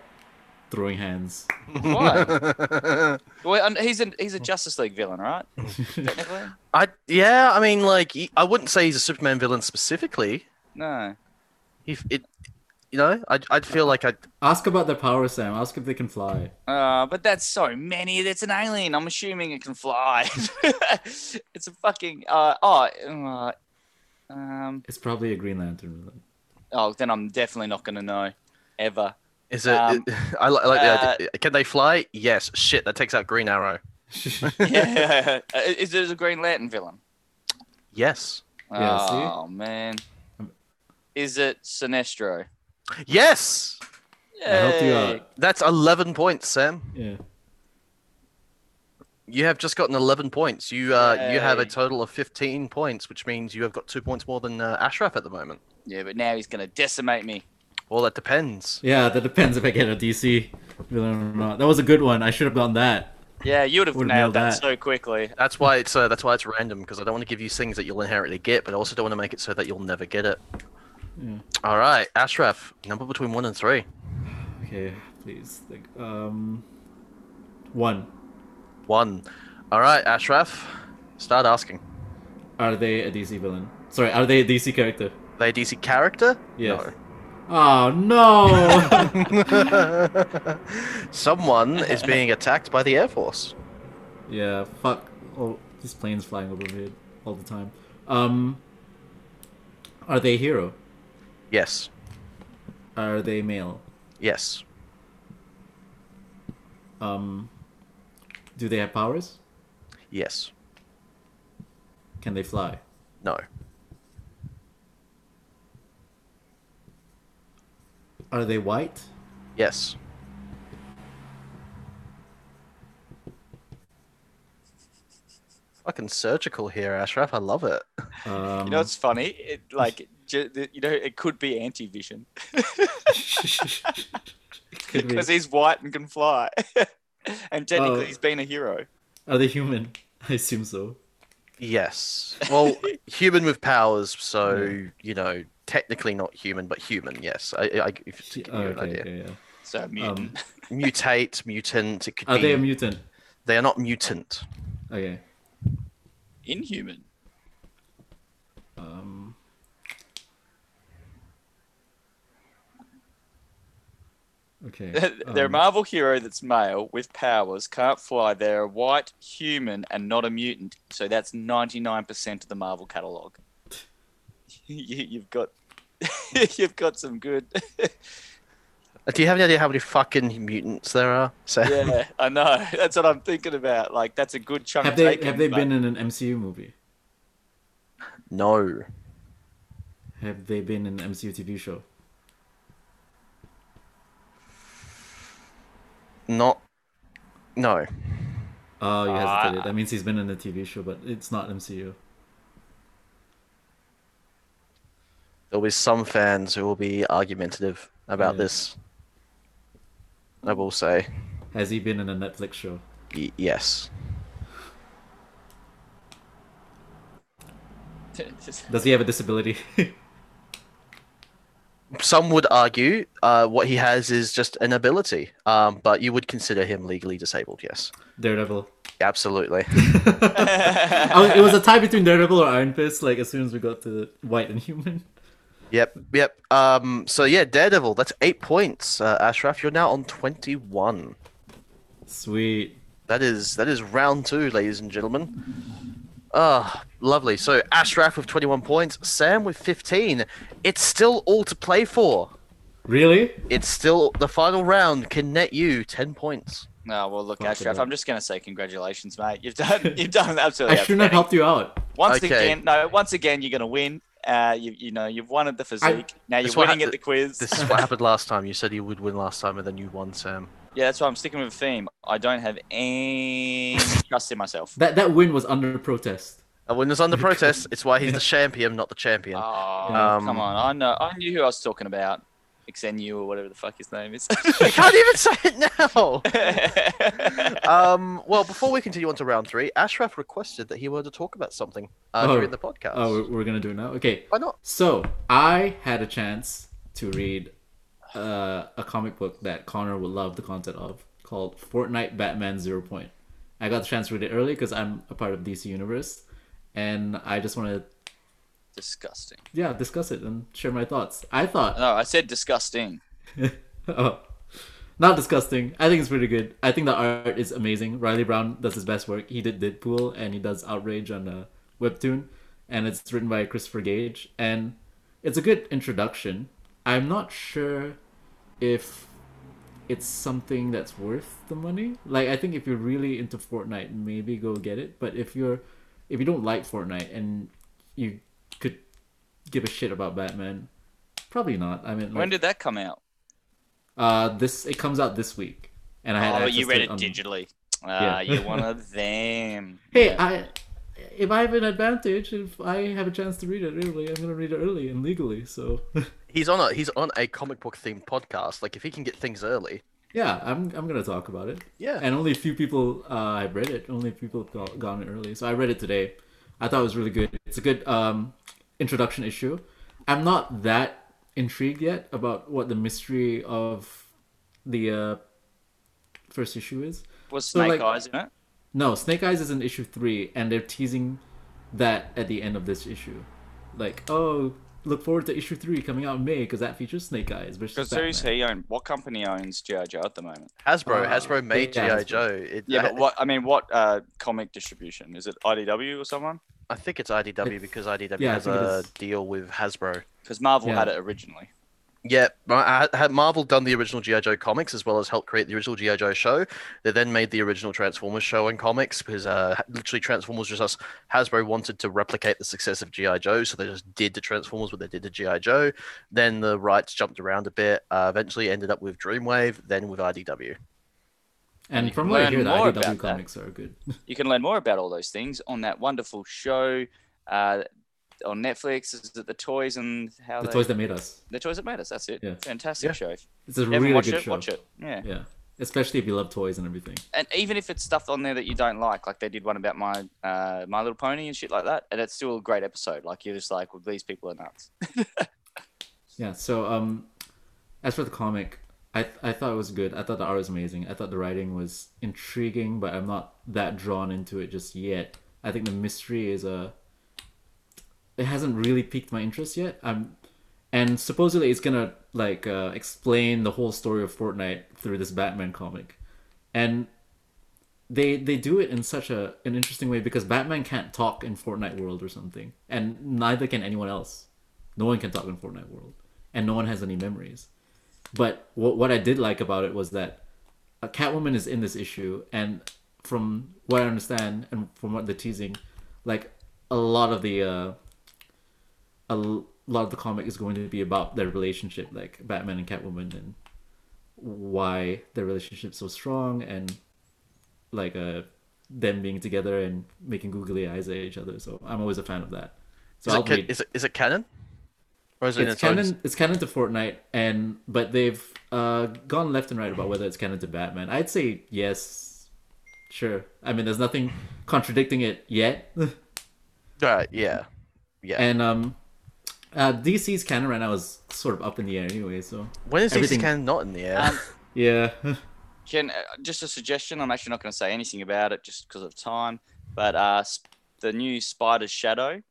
throwing hands. Why? well, and he's a he's a Justice League villain, right? Technically, I yeah, I mean like he- I wouldn't say he's a Superman villain specifically. no. He, f- it, you know, I'd, I'd feel like I'd. Ask about their power, Sam. Ask if they can fly. Uh, but that's so many. That's an alien. I'm assuming it can fly. it's a fucking. Uh, oh, uh, um, It's probably a Green Lantern. oh, then I'm definitely not going to know ever. Is it? Um, uh, I li- I like the idea. Can they fly? Yes. Shit, that takes out Green Arrow. Yeah. Uh, Is there a Green Lantern villain? Yes. Yeah, see? oh, man. Um, Is it Sinestro? Yes. I helped you Yay. out. That's eleven points, Sam. Yeah. You have just gotten eleven points. You uh, you have a Yay. total of fifteen points, which means you have got two points more than uh, Ashraf at the moment. Yeah, but now he's going to decimate me. Well, that depends. Yeah, that depends if I get a DC villain or not. That was a good one. I should have done that. Yeah, you would have Would've nailed nailed that, that. so quickly. That's why it's uh, that's why it's random because I don't want to give you things that you'll inherently get, but I also don't want to make it so that you'll never get it. Yeah. All right, Ashraf, number between one and three. Okay, please. Like, um, one. One. All right, Ashraf, start asking. Are they a DC villain? Sorry, are they a DC character? They a DC character? Yes. Oh no! No. Someone is being attacked by the Air Force. yeah, fuck. All these planes flying overhead all the time. Um, are they a hero? Yes. Are they male? Yes. Um, do they have powers? Yes. Can they fly? No. Are they white? Yes. Fucking surgical here, Ashraf. I love it. Um, You know, it's funny. It, like, ju- th- you know, it could be anti-vision could be. because he's white and can fly, and technically Oh. he's been a hero. Are they human? I assume so. Yes. Well, human with powers, so you know, technically not human, but human. Yes. I, I if, to give you an Okay, idea. okay, yeah. So Um, mutant. Mutate, mutant. It could are be. they a mutant? they are not mutant. Okay. inhuman. Um, okay. They're a um, Marvel hero that's male with powers, can't fly. They're a white human and not a mutant. So that's 99% of the Marvel catalog. you, you've got you've got some good. Uh, Do you have any idea how many fucking mutants there are? So yeah, I know. That's what I'm thinking about. Like that's a good chunk have they taken, have they but- been in an MCU movie? no. Have they been in an MCU TV show? Not no. Oh, you Ah. hesitated. That means he's been in a TV show, but it's not MCU. There'll be some fans who will be argumentative about Yeah. this. I will say Has he been in a Netflix show? y- yes. Does he have a disability? Some would argue uh, what he has is just an ability, um, but you would consider him legally disabled. Yes, Daredevil. absolutely. I was- it was a tie between Daredevil or Iron Fist. Like as soon as we got to White and Human. yep, yep. Um, so yeah, Daredevil. That's eight points, uh, Ashraf. You're now on twenty-one. Sweet. That is that is round two, ladies and gentlemen. Ah, lovely. So Ashraf with 21 points, Sam with 15. It's still all to play for. Really? It's still the final round can net you 10 points. No, well, look, Fuck Ashraf, it up. I'm just going to say congratulations, mate. You've done, you've done absolutely. I shouldn't have outstanding. helped you out. Once Okay. again, no, once again, you're going to win. Uh, you, you know, you've won at the physique. now you're That's what winning hap- at the quiz. This is what happened last time. You said you would win last time and then you won, Sam. yeah, that's why I'm sticking with the theme. I don't have any trust in myself. That that win was under protest. That win was under protest. It's why he's the champion, not the champion. Oh, Um, come on. I know. I knew who I was talking about. Xenu or whatever the fuck his name is. I can't even say it now. Um, well, before we continue on to round three, Ashraf requested that he were to talk about something uh, Oh. during the podcast. Oh, we're, we're gonna do it now. Okay. Why not? So I had a chance to read uh, a comic book that Connor would love the content of called Fortnite Batman Zero Point. I got the chance to read it early because I'm a part of DC Universe, and I just want to Disgusting. Yeah, discuss it and share my thoughts. I thought, No, I said disgusting. oh, not disgusting. I think it's pretty good. I think the art is amazing. Riley Brown does his best work. He did Deadpool and he does Outrage on a webtoon, and it's written by Christopher Gage, and it's a good introduction. I'm not sure if it's something that's worth the money. Like I think if you're really into Fortnite, maybe go get it. But if you're if you don't like Fortnite and you could give a shit about Batman, probably not. I mean, When like, did that come out? uh, this it comes out this week, and I had Oh, but access you to read it on- digitally. Yeah. Ah, you're one of them. Hey, Yeah. I if I have an advantage, if I have a chance to read it early, I'm gonna read it early and legally. So He's on a he's on a comic book themed podcast. Like if he can get things early, yeah, I'm I'm gonna talk about it. Yeah. and only a few people uh, have read it. Only a few people have got- gotten it early. So I read it today. I thought it was really good. It's a good um, introduction issue. I'm not that intrigued yet about what the mystery of the uh, first issue is. Was So, like- Snake Eyes in it? No, Snake Eyes is in issue three, and they're teasing that at the end of this issue. Like, oh, look forward to issue three coming out in May because that features Snake Eyes versus Because who's Batman. he own? What company owns G.I. Joe at the moment? Hasbro Uh, Hasbro made yeah, GI Hasbro. Joe. It, Ah, Yeah, but I- what I mean, what uh, comic distribution is it? IDW or someone? I think it's IDW It's- because IDW yeah, I has think it a is. deal with Hasbro. Because Marvel Yeah. had it originally. Yeah, Ma- I- had Marvel done the original GI Joe comics as well as helped create the original GI Joe show. They then made the original Transformers show and comics because uh, ha- literally Transformers just us Hasbro wanted to replicate the success of GI Joe, so they just did the Transformers what they did to GI Joe. Then the rights jumped around a bit. Uh, eventually ended up with Dreamwave, then with IDW. And You from can what I learn hear, the more IDW about that. comics are good. You can learn more about all those things on that wonderful show uh, on Netflix. Is it the toys and how the they, toys that made us. the toys that made us? That's it. Yeah. Fantastic Yeah. show. If It's a you haven't really watched good it, show. watch it. Yeah. Yeah, especially if you love toys and everything. and even if it's stuff on there that you don't like, like they did one about my uh, My Little Pony and shit like that, and it's still a great episode. Like you're just like, well, these people are nuts. Yeah. So um, as for the comic, I I thought it was good. I thought the art was amazing. I thought the writing was intriguing, but I'm not that drawn into it just yet. I think the mystery is a. It hasn't really piqued my interest yet. I'm, and supposedly it's gonna like uh, explain the whole story of Fortnite through this Batman comic, and they they do it in such a an interesting way because Batman can't talk in Fortnite World or something, and neither can anyone else. No one can talk in Fortnite World, and no one has any memories. But what what I did like about it was that a Catwoman is in this issue, and from what I understand and from what they're teasing, like a lot of the uh, a l- lot of the comic is going to be about their relationship, like Batman and Catwoman, and why their relationship's so strong, and like uh, them being together and making googly eyes at each other. So I'm always a fan of that. So Is, I'll it, ca- read- is, it, is it canon? Or is it it's in its own- canon. It's canon to Fortnite, and but they've uh, gone left and right about whether it's canon to Batman. I'd say yes, sure. I mean, there's nothing contradicting it yet, Right, yeah. Yeah. and um, uh, DC's canon right now is sort of up in the air anyway. So when is this everything- canon not in the air? Um, yeah, Can uh, just a suggestion. I'm actually not going to say anything about it just because of time. But uh, sp- the new Spider's Shadow.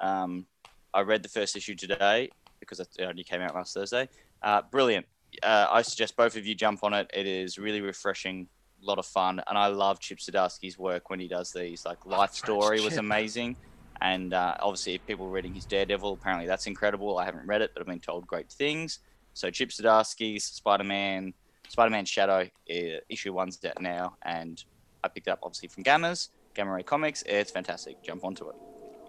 Um, I read the first issue today because it only came out last Thursday. Uh, brilliant. Uh, I suggest both of you jump on it. It is really refreshing, a lot of fun, and I love Chip Zdarsky's work when he does these. Like Life that's right, Story was Chip. amazing, and uh, obviously people reading his Daredevil. Apparently that's incredible. I haven't read it, but I've been told great things. So Chip Zdarsky's Spider-Man Spider-Man Shadow uh, issue one's out now, and I picked it up obviously from Gamma's Gamma Ray Comics. It's fantastic. Jump onto it.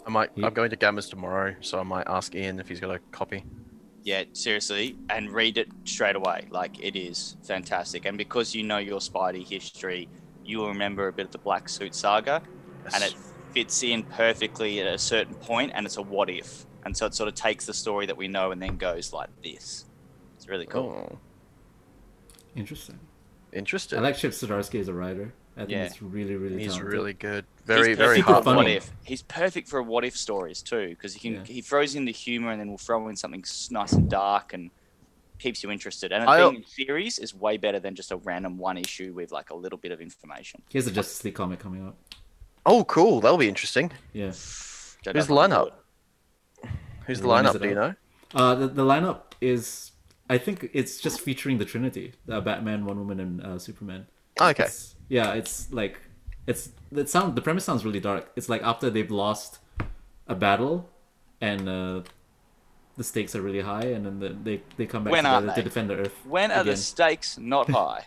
I might. Yeah. I'm going to Gamma's tomorrow, so I might ask Ian if he's got a copy. Yeah, seriously, and read it straight away. Like it is fantastic, and because you know your Spidey history, you will remember a bit of the Black Suit Saga, and it fits in perfectly at a certain point, and it's a what if, and so it sort of takes the story that we know and then goes like this. It's really cool. cool. interesting. Interesting. I like Chip Zdarsky as a writer. I think Yeah. it's really, really. he's talented. really good. Very, He's very perfect for hard. funny. What if? He's perfect for what if stories too, because he can Yeah. he throws in the humor and then will throw in something s- nice and dark and keeps you interested. And I- I think series is way better than just a random one issue with like a little bit of information. He has a Justice League comic coming out. Oh, cool. That'll be interesting. Yeah, Don't Who's know if I the can do lineup? it. Who's the When is lineup? it Do you know? Uh, the, the lineup is, I think it's just featuring the Trinity: uh, Batman, One Woman, and uh, Superman. Oh, Okay. It's- yeah, it's like it's it sound the premise sounds really dark. It's like after they've lost a battle, and uh, the stakes are really high, and then the, they they come back When are together they? to defend the Earth. When are the again. stakes not high?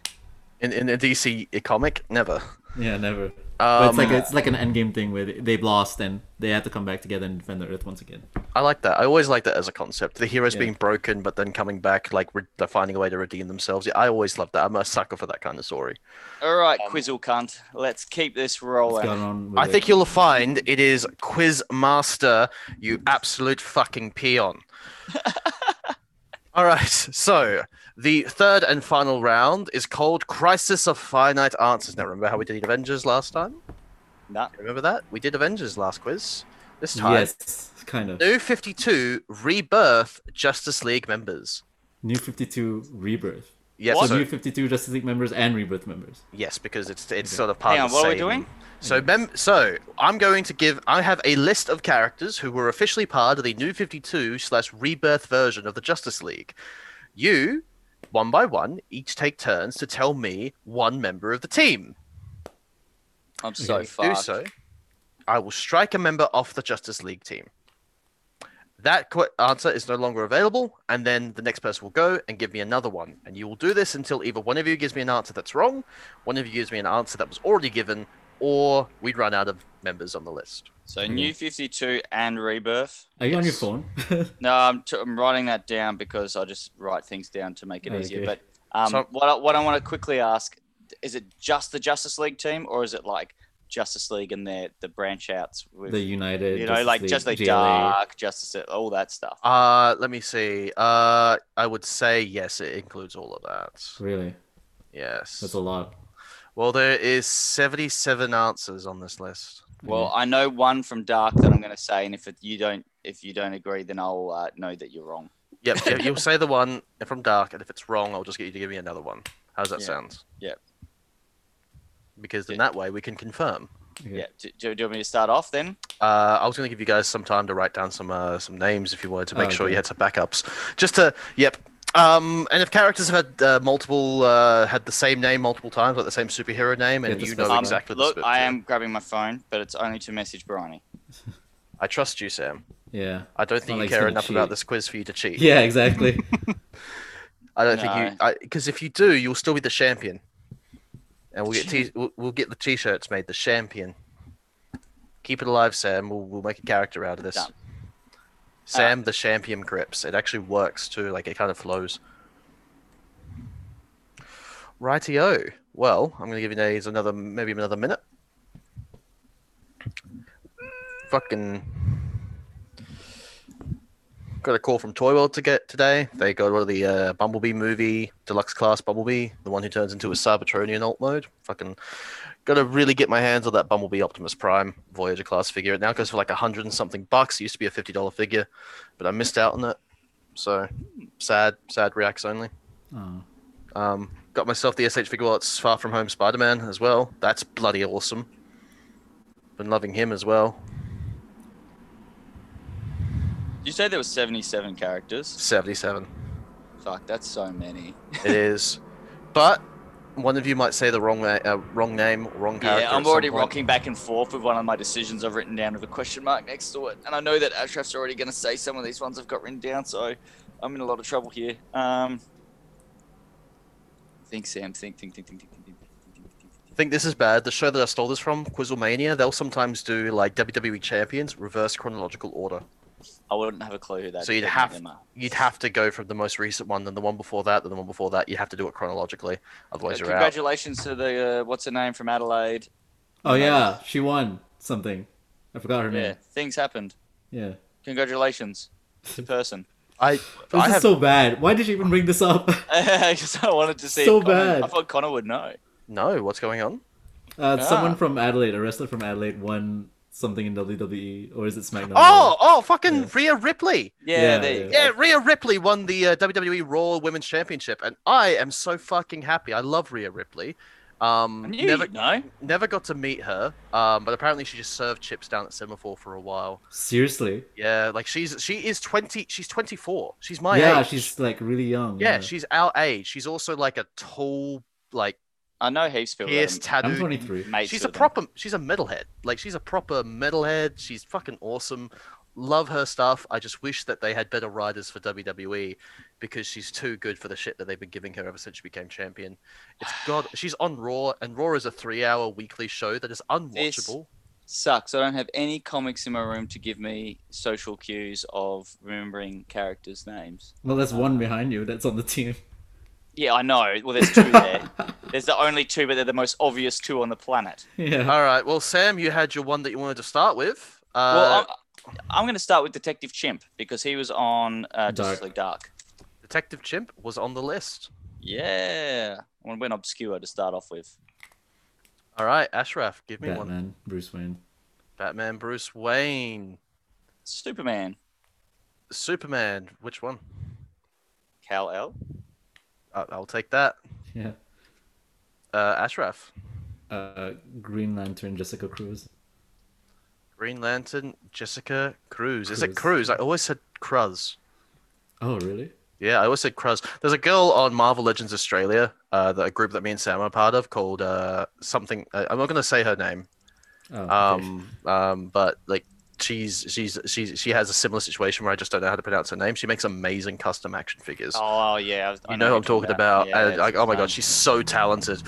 In in a DC comic, never. Yeah, never. But it's Um, like it's like an endgame thing where they, they've lost and they have to come back together and defend the Earth once again. I like that. I always like that as a concept. The heroes Yeah. being broken, but then coming back, like re- they're finding a way to redeem themselves. Yeah, I always love that. I'm a sucker for that kind of story. All right, Quizzle cunt. Let's keep this What's rolling. going on? With I it? think you'll find it is Quiz Master, you absolute fucking peon. All right, so the third and final round is called Crisis of Finite Answers. Now, remember how we did Avengers last time? Nah. Remember that? We did Avengers last quiz. This time, yes, kind of New 52 Rebirth Justice League members. New Fifty Two Rebirth. Yes, What? So so- New Fifty Two Justice League members and Rebirth members. Yes, because it's it's sort of part Hang of the on, what same. are we doing? So mem- so I'm going to give I have a list of characters who were officially part of the new 52 slash rebirth version of the Justice League. You, one by one, each take turns to tell me one member of the team. I'm so Okay. Do far. so. I will strike a member off the Justice League team. That qu- answer is no longer available, and then the next person will go and give me another one. And you will do this until either one of you gives me an answer that's wrong, one of you gives me an answer that was already given, or we run out of members on the list. So New 52 and Rebirth. Are you on your Yes. phone? No, I'm, t- I'm writing that down because I just write things down to make it easier. Okay. But um, So- what, I, what I want to quickly ask is it just the Justice League team or is it like Justice League and their the branch outs with, the United, you know, like just the League, E. GLA. Dark, Justice, all that stuff? Uh, let me see. Uh, I would say yes, it includes all of that. Really, Yes. that's a lot. Well, there is 77 answers on this list. Well, I know one from Dark that I'm going to say, and if it, you don't, if you don't agree, then I'll uh, know that you're wrong. Yep, you- you'll say the one from Dark, and if it's wrong, I'll just get you to give me another one. How does that Yeah. sound? Yep. Because then Yeah. that way we can confirm. Yeah. Yeah. Do, do, do you want me to start off then? Uh, I was going to give you guys some time to write down some uh, some names if you wanted to make Oh, sure you okay. had some backups. Just to yep. Um, and if characters have had uh, multiple uh, had the same name multiple times, like the same superhero name, Yeah, and the you know specific Um, exactly the look, script, I yeah. am grabbing my phone, but it's only to message Bryony. I trust you, Sam. yeah, I don't think Not you like he's care gonna enough about cheat. this quiz for you to cheat. yeah, exactly. I don't think you because if you do, you'll still be the champion, and we'll get t- we'll, we'll get the t-shirts made. The champion. Keep it alive, Sam. We'll, we'll make a character out of this. Done. Sam the champion grips. It actually works too. Like it kind of flows. Rightio. Well, I'm gonna give you these another maybe another minute. Fucking Got a call from Toy World to get today. They got one of the uh, Bumblebee movie, deluxe class Bumblebee, the one who turns into a Cybertronian alt mode. Fucking got to really get my hands on that Bumblebee Optimus Prime Voyager class figure. It now goes for like a hundred and something bucks. It used to be a fifty dollar figure, but I missed out on it. So sad, sad reacts only. oh, Um, got myself the SH figure Arts Far From Home Spider Man as well. That's bloody awesome. Been loving him as well. Did you say there were 77 characters? Seventy seven. Fuck, that's so many. It is, but one of you might say the wrong na- uh, wrong name, wrong character. Yeah, at I'm some already point. rocking back and forth with one of my decisions I've written down with a question mark next to it. And I know that Ashraf's already going to say some of these ones I've got written down, so I'm in a lot of trouble here. Um, think, Sam. Think, think, think, think, think, think, think, think, think, think, I think. think this is bad. The show that I stole this from, Quizlemania, they'll sometimes do like WWE champions reverse chronological order. I wouldn't have a clue who that so you'd any of have them are. you'd have to go from the most recent one, then the one before that, then the one before that. You have to do it chronologically, Uh, otherwise you're out. Congratulations to the, uh, what's her name from Adelaide? oh yeah, she won something. I forgot her Yeah, name. things happened. Yeah, Congratulations to person. I this I is have so bad. Why did you even bring this up? Because I wanted to see. So if Connor- bad. I thought Connor would know. no. What's going on? Uh, Ah. Someone from Adelaide, a wrestler from Adelaide, won something in WWE, or is it SmackDown? Oh oh, fucking Yeah. Rhea Ripley. Yeah, Yeah, there you yeah. go. Yeah, Rhea Ripley won E the uh, WWE Raw Women's Championship, and I am so fucking happy. I love Rhea Ripley. I Um, knew never, you'd know. never got to meet her, um, but apparently she just served chips down at Semaphore for a while. Seriously. Yeah, like she's she is twenty. She's twenty four. She's my yeah, age. she's like really young. yeah, she's our age. She's also like a tall, like I know heaps of people. pierced I'm tattoo. 23. Mate, She's a proper. She's a metalhead. Like she's a proper metalhead. She's fucking awesome. Love her stuff. I just wish that they had better writers for WWE because she's too good for the shit that they've been giving her ever since she became champion. It's god. She's on Raw, and Raw is a three-hour weekly show that is unwatchable. Sucks. I don't have any comics in my room to give me social cues of remembering characters' names. Well, there's one behind you that's on the team. Yeah, I know. Well, there's two there. There's the only two, but they're the most obvious two on the planet. Yeah. All right. Well, Sam, you had your one that you wanted to start with. Uh, Well, I'm, I'm going to start with Detective Chimp because he was on uh, Justice Dark. League Dark. Detective Chimp was on the list. Yeah. I went obscure to start off with. All right, Ashraf, give me one. Batman, Bruce Wayne. Batman, Bruce Wayne, Superman, Superman. Which one? Cal El. I- I'll take that. Yeah. Uh, Ashraf, Uh, Green Lantern, Jessica Cruz. Green Lantern, Jessica Cruz. Is it Cruz. Cruz? I always said Cruz. Oh, really? Yeah, I always said Cruz. There's a girl on Marvel Legends Australia, uh, that a group that me and Sam are part of called uh, something. Uh, I'm not going to say her name. Oh, okay. um, um, but like she's she's she's she has a similar situation where I just don't know how to pronounce her name. She makes amazing custom action figures. Oh, yeah. I you know, who what I'm talking about. Yeah, and, like, oh my um, god, she's so talented.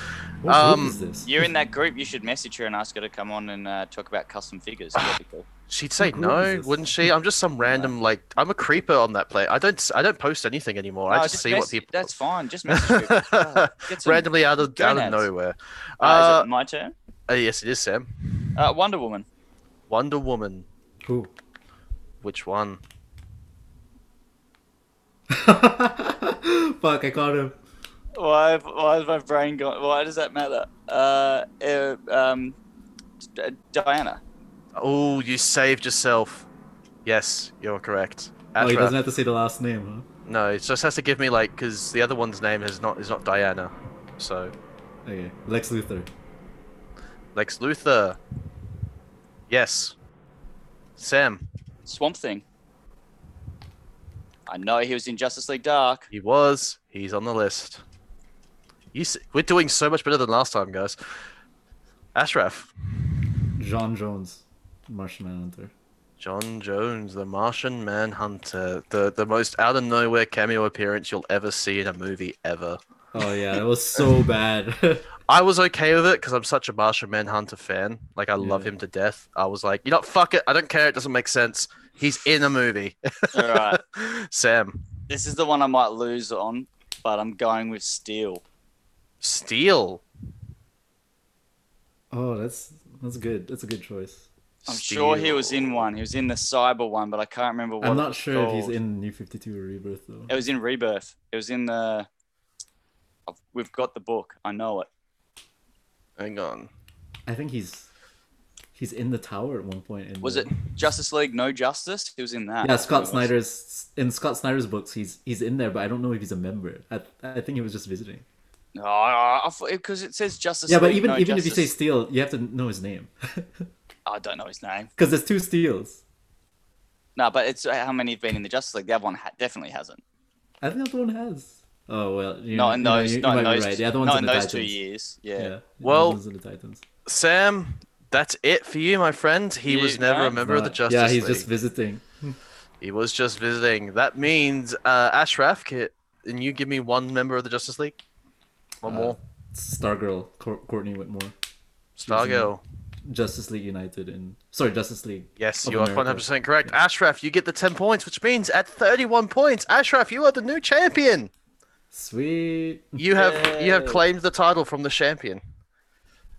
What um, group is this? You're in that group. You should message her and ask her to come on and uh, talk about custom figures. That'd be cool. She'd say group is no, this? wouldn't she? I'm just some random like I'm a creeper on that play. I don't s- I don't post anything anymore. I No, just, see what mess- people That's fine. Just message her. Get some- randomly out of out of donuts. nowhere. Uh, is Uh, it my turn? uh, yes, it is Sam. Uh, Wonder Woman. Wonder Woman. Who? Which one? Fuck, I caught him. Why? Why is my brain gone? Why does that matter? Uh, uh, um, D- uh, Diana. Oh, you saved yourself. Yes, you're correct. Oh, he Ashraf. doesn't have to say the last name, No, it just has to give me like because the other one's name is not is not Diana, so huh? Okay. Lex Luthor. Lex Luthor. Yes, Sam. Swamp Thing. I know he was in Justice League Dark. He was. He's on the list. You, s- we're doing so much better than last time, guys. Ashraf, John Jones. Martian Manhunter. John Jones, the Martian Manhunter, the the most out of nowhere cameo appearance you'll ever see in a movie ever. Oh, yeah, that was so bad. I was okay with it because I'm such a Martian Manhunter fan. Like I love Yeah. him to death. I was like, you know, fuck it. I don't care. It doesn't make sense. He's in a movie. All right. Sam, This is the one I might lose on, but I'm going with Steel. Steel. oh, that's that's good. That's a good choice. I'm sure he was in Steel. one. He was in the cyber one, but I can't remember what. I'm it not was sure if he's called. in New 52 or Rebirth, though. It was in Rebirth. It was in the. I've- We've got the book. I know it. Hang on. I think he's he's in the tower at one point. In Was the- it Justice League No Justice? He was in that. Yeah, That's Scott what it was. Snyder's in Scott Snyder's books. He's he's in there, but I don't know if he's a member. I, I think he was just visiting. No, I because it says Justice. yeah, but League, even No even if you say Justice. Steel, you have to know his name I don't know his name. because there's two Steels. No, but it's uh, how many have been in the Justice League. That one ha- definitely hasn't. I think the other one has. Oh well, you, Not you in know, those. you- you not in might be those. right. The other one's not in in the those two Titans. years. Yeah, Yeah. the other Well- one's in the Titans. Sam, that's it for you, my friend. He You- was never no, a member of the But- Justice yeah, he's League. just visiting. He was just visiting. That means uh, Ashraf, can and you give me one member of the Justice League. One Uh, more. Stargirl, Cor- Courtney Whitmore, Stargo. Justice League United, and sorry, Justice League. Yes, of you are America. 100% correct. Ashraf, you get the 10 points, which means at 31 points, Ashraf, you are the new champion. Sweet. You have you have Yay. claimed the title from the champion.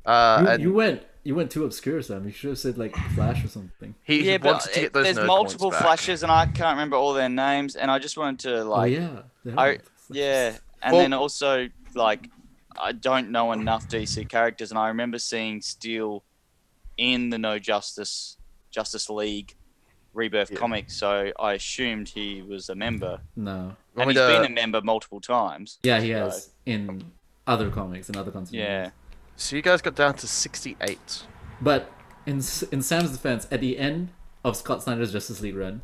Uh, You, and you went you went too obscure, Sam. You should have said like Flash or something. he, he Yeah, but wanted to get it- those there's nerd points multiple back. flashes, and I can't remember all their names. And I just wanted to Oh like, yeah. they I- haven't. yeah, and Well- then also like, I don't know enough DC characters, and I remember seeing Steel in the No Justice Justice League Rebirth Yeah. comic, so I assumed he was a member, No. Want and me he's to- been a member multiple times. Yeah, he So- has in other comics and other continents. Yeah. So you guys got down to 68. But in S- in Sam's defense, at the end of Scott Snyder's Justice League run,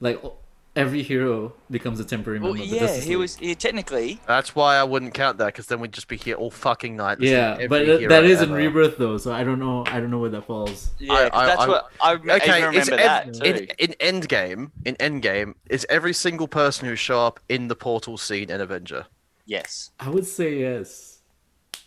like o- every hero becomes a temporary member Well, of the yeah, Justice he League. was. Yeah, technically, That's why I wouldn't count that, because then we'd just be here all fucking night. listening yeah, to but every th- hero that is in ever. Rebirth though, so I don't know. I don't know where that falls. yeah, I- 'cause I- that's I- what I, rem- I Okay, even it's remember ev- that too. in, in Endgame. In Endgame, is every single person who show up in the portal scene an Avenger? yes, I would say yes.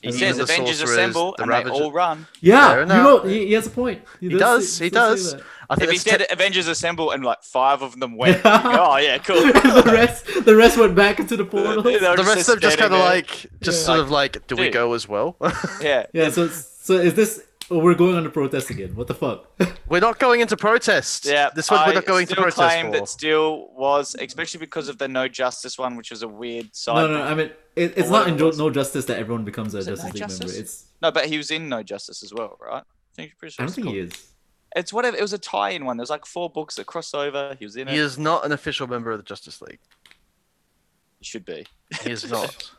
he And says the Avengers Sorcerers, assemble the and Ravager- they all run. Yeah, Fair you enough. know, he, he has a point. He does. say- He does does. say I If think he that's te- said Avengers assemble and like five of them went, oh yeah, cool. that. the rest, the rest went back into the portal. They were the rest of them just standing kind of there. like, just Yeah. sort of like, do we dude. go as well? yeah. Yeah. So, so is this? Oh, we're going on a protest again. What the fuck? we're not going into protest. Yeah, this one I we're not going to still protest claim for. that Steel was, especially because of the No Justice one, which was a weird side. no, no. I mean, it, it's Or what not it in jo- was. no justice that everyone becomes a it Justice No League member. Justice? It's No, but he was in No Justice as well, right? I think pretty I sure don't it's think called- he is. It's whatever. It was a tie-in one. There was like four books that cross over. He was in it. He is not an official member of the Justice League. He should be. He is not.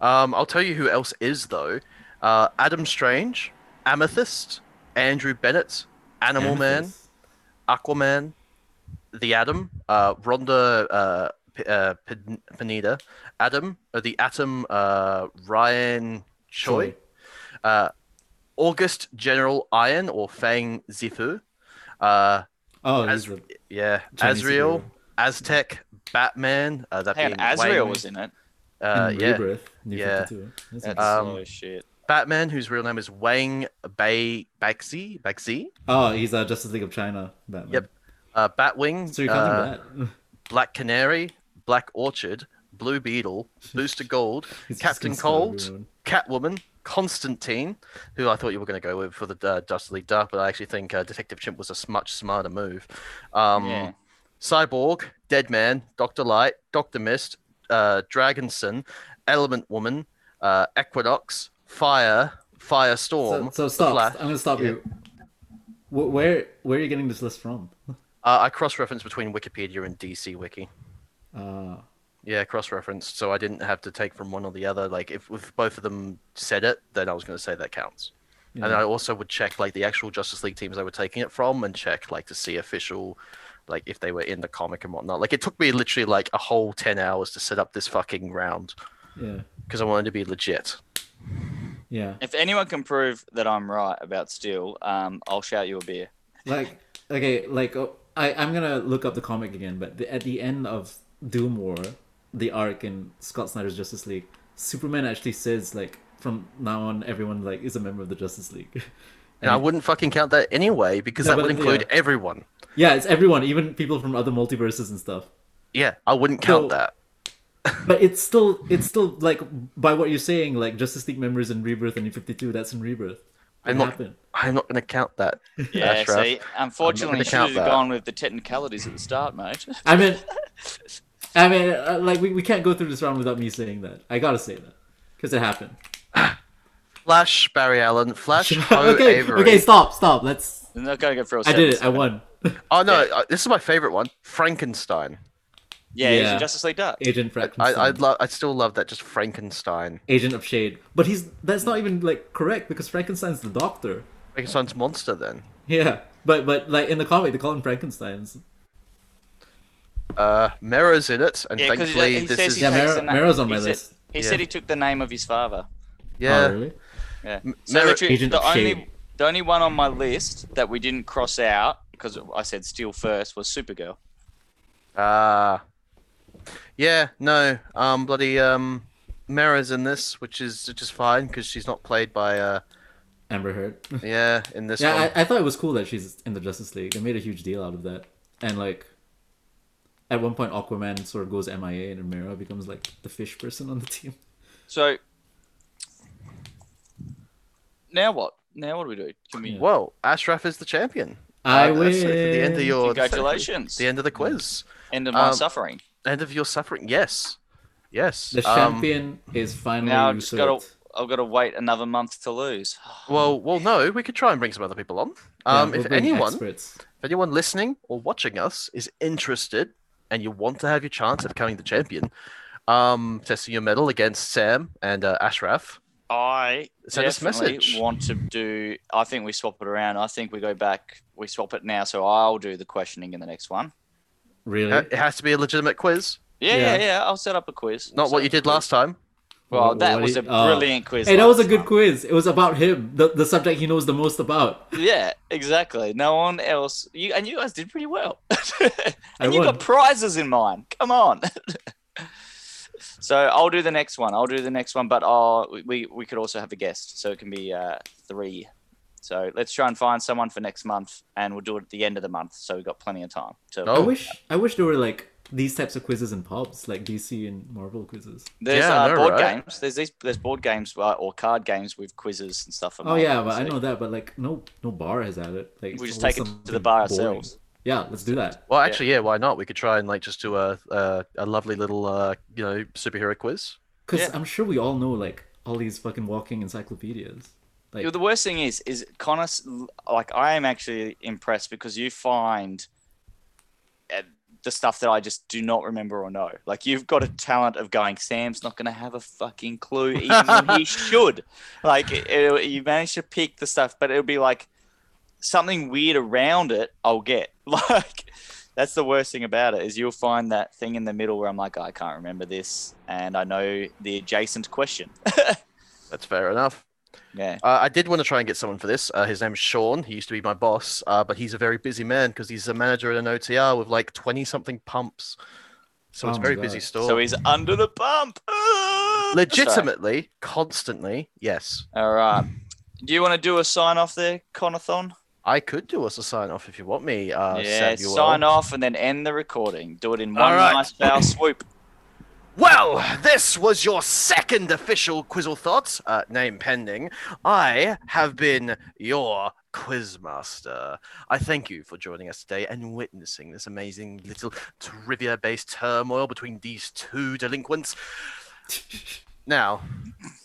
um, I'll tell you who else is though. Uh, Adam Strange, Amethyst, Andrew Bennett, Animal Man, Amethyst. Aquaman, the Atom, uh, Rhonda uh, P- uh, Pin- Pineda, Adam, uh, the Atom, uh, Ryan Choi, uh, Choi. August General Iron or Fang Zifu, uh, Oh, As- he's the- yeah, Chinese Azrael, superhero. Aztec, Batman. Uh, that Hang being on, Azrael Wayne- was in it. uh, in yeah. Rebirth, New Yeah. 52. That's That's interesting. Um, oh shit. Batman, whose real name is Wang Bei Baxi, Baxi, oh, he's a Justice League of China Batman. Yep. uh, Batwing, So you're counting uh, that? Black Canary, Black Orchid, Blue Beetle, Booster Gold, He's just Captain gonna slaughter Cold, everyone. Catwoman, Constantine, who I thought you were going to go with for the uh, Justice League Dark, but I actually think uh, Detective Chimp was a s- much smarter move. Um, Yeah. Cyborg, Deadman, Doctor Light, Doctor Mist, uh, Dragonson, Element Woman, uh, Equinox, Fire, So, Firestorm. so The stop. Flash. I'm gonna stop Yeah. you. Wh- Where where are you getting this list from? Uh, I cross-referenced between Wikipedia and DC Wiki. Uh, Yeah, cross-reference. So I didn't have to take from one or the other. Like if, if both of them said it, then I was going to say that counts. And Yeah. I also would check like the actual Justice League teams they were taking it from, and check like to see official, like if they were in the comic and whatnot. Like it took me literally like a whole ten hours to set up this fucking round yeah, because I wanted to be legit. yeah. If anyone can prove that I'm right about Steel, um, I'll shout you a beer. Like okay, like oh, I I'm gonna look up the comic again, but the, at the end of Doom War, the arc in Scott Snyder's Justice League, Superman actually says like from now on everyone like is a member of the Justice League. And I wouldn't fucking count that anyway because No, that would but, Mm. uh, yeah. include everyone. yeah, it's everyone, even people from other multiverses and stuff. Yeah, I wouldn't count So- that. But it's still it's still like by what you're saying, like Justice League members in Rebirth and New Fifty Two. That's in Rebirth. I'm What not. happened? I'm not going to count that. Yeah, That's rough. see, unfortunately, you should count have that. gone with the technicalities at the start, mate. I mean, I mean, uh, like we, we can't go through this round without me saying that. I gotta say that because it happened. Flash, Barry Allen, Flash, Poe okay, Oh, Avery. okay, stop, stop. Let's. I'm not going to go for a I did it. I won. Oh no, uh, this is my favorite one, Frankenstein. Yeah, he's Yeah. in Justice League Dark. I Agent Frankenstein. I, lo- I still love that. Just Frankenstein. Agent of Shade. But he's that's not even like correct because Frankenstein's the doctor. Frankenstein's monster then. Yeah, but but like in the comic they call him Frankenstein's. Uh, Mero's in it, and Yeah, because he, thankfully he this says is he Yeah, takes Mero- the na- Mero's on he my said- list. He Yeah. said he took the name of his father. yeah. Oh, really? Yeah. M- So Mero- literally, Agent the of only Shade. the only one on my list that we didn't cross out because I said Steel first was Supergirl. Ah. yeah. No. Um. Bloody. Um. Mero's in this, which is which is fine because she's not played by. Uh. Amber Heard. Yeah. In this one. Yeah, I, I thought it was cool that she's in the Justice League. They made a huge deal out of that. And like at one point Aquaman sort of goes MIA and Mero becomes like the fish person on the team. So now what? Now what do we do? Can we? Whoa. Ashraf is the champion. I Uh, that's it for The end of win. your. Congratulations. The end of the quiz. End of my Um, suffering. End of your suffering. Yes. Yes. The um, champion is finally Now I've just got to. usurped. I've got to wait another month to lose. Well, well, no. We could try and bring some other people on. Yeah, Um, we'll if bring anyone, experts. If anyone listening or watching us is interested and you want to have your chance of becoming the champion, um, testing your medal against Sam and uh, Ashraf, I Send us a definitely message. want to do. I think we swap it around. I think we go back. We swap it now. So I'll do the questioning in the next one. Really? uh, It has to be a legitimate quiz, Yeah, Yeah. yeah, yeah. I'll set up a quiz. not Set what up you a did quiz. last time. Well, Wh- that what was do a you- oh. brilliant quiz. Hey, that was a last good time. quiz. It was about him, the, the subject he knows the most about. Yeah, exactly. No one else. You and you guys did pretty well. and I you won. got prizes in mind. Come on. so I'll do the next one. I'll do the next one, but I'll, we- we we could also have a guest, so it can be uh, three. So let's try and find someone for next month, and we'll do it at the end of the month. So we've got plenty of time. So I Oh. wish I wish there were like these types of quizzes in pubs, like DC and Marvel quizzes. there's Yeah, I uh, know, board right? games. There's these there's board games uh, or card games with quizzes and stuff. Oh yeah, but I know that, but like no no bar has had it. Like We it's just take it always to the something bar boring. ourselves. Yeah, let's do that. Well, actually, yeah. Why not? We could try and like just do a a, a lovely little uh, you know superhero quiz. Because Yeah. I'm sure we all know like all these fucking walking encyclopedias. Like Yeah, the worst thing is, is Connor, s- like I am actually impressed because you find uh, the stuff that I just do not remember or know. Like you've got a talent of going, Sam's not going to have a fucking clue, even when he should. Like it- it- you manage to pick the stuff, but it'll be like something weird around it. I'll get like. That's the worst thing about it is you'll find that thing in the middle where I'm like, I can't remember this, and I know the adjacent question. That's fair enough. yeah. Uh, I did want to try and get someone for this. Uh, his name's Sean. He used to be my boss, uh, but he's a very busy man because he's a manager at an OTR with like twenty something pumps. So it's a Oh my very God. busy store. So he's under the pump. Sorry. legitimately, constantly, yes. All right. Do you want to do a sign off there, Conathon? I could do us a sign off if you want me. Uh, yeah, Samuel. sign off and then end the recording. Do it in All one right. nice foul swoop. Well, this was your second official Quizzle Thought, uh, name pending. I have been your Quizmaster. I thank you for joining us today and witnessing this amazing little trivia based turmoil between these two delinquents. Now,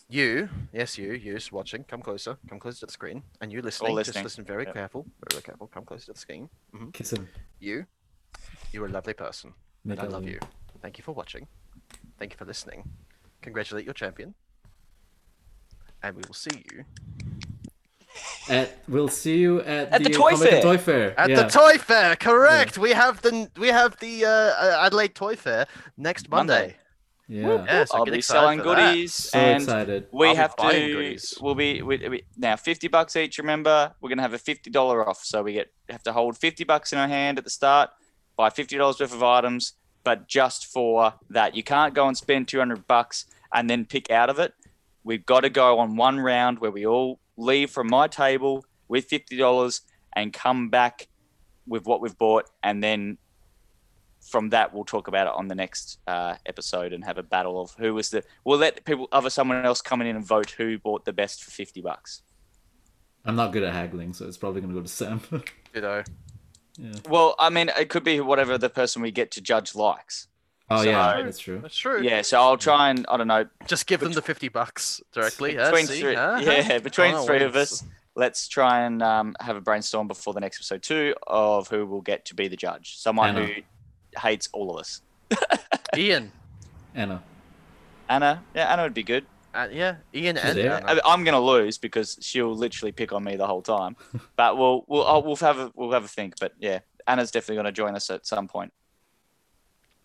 you, yes, you, you's watching, come closer, come closer to the screen. And you listening, just listening. listen very Yep. careful, very careful, come closer to the screen. kiss him. You, you're a lovely person. Make And I out love with you. Thank you for watching. Thank you for listening. Congratulate your champion. And we will see you At we'll see you at, At the toy Comic and fair. Toy Fair. at yeah. the toy fair. Correct. We have the we have the uh, uh, Adelaide Toy Fair next Monday. Monday. yeah. Yeah, so I'll get be excited selling for that. goodies So and excited. we I'll be have buying to. goodies. We'll be we, we, now fifty bucks each. Remember, we're gonna have a fifty dollar off, so we get have to hold fifty bucks in our hand at the start, buy fifty dollars worth of items, but just for that, you can't go and spend two hundred bucks and then pick out of it. We've got to go on one round where we all leave from my table with fifty dollars and come back with what we've bought, and then from that we'll talk about it on the next uh, episode and have a battle of who was the. We'll let people, other someone else, come in and vote who bought the best for fifty bucks. I'm not good at haggling, so it's probably gonna go to Sam. You know, yeah. Well, I mean, it could be whatever the person we get to judge likes. Oh So- yeah, that's true. that's true. Yeah, so I'll try and I don't know Just give them the fifty bucks directly. huh? between See, three, huh? Oh, yeah, between Connor three of wins. us. Let's try and um, have a brainstorm before the next episode two of who will get to be the judge. Someone Anna. who hates all of us. Ian. Anna. Anna, yeah, Anna would be good. Uh, yeah, Ian and there? Anna. I- I'm gonna lose because she'll literally pick on me the whole time. But we'll we'll I'll, we'll have a, we'll have a think. But yeah, Anna's definitely gonna join us at some point.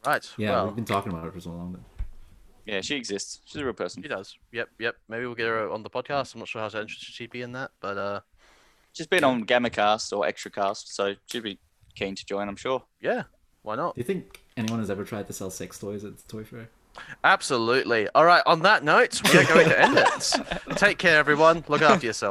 Right. Yeah, we've well, been talking about it for so long. Then. Yeah, she exists. She's a real person. she does. Yep, yep. Maybe we'll get her on the podcast. I'm not sure how interested she'd be in that, but uh, She's been on GammaCast or ExtraCast, so she'd be keen to join. I'm sure. yeah, why not? Do you think anyone has ever tried to sell sex toys at the toy fair? Absolutely. All right. On that note, we are going to end it. Take care, everyone. Look after yourself.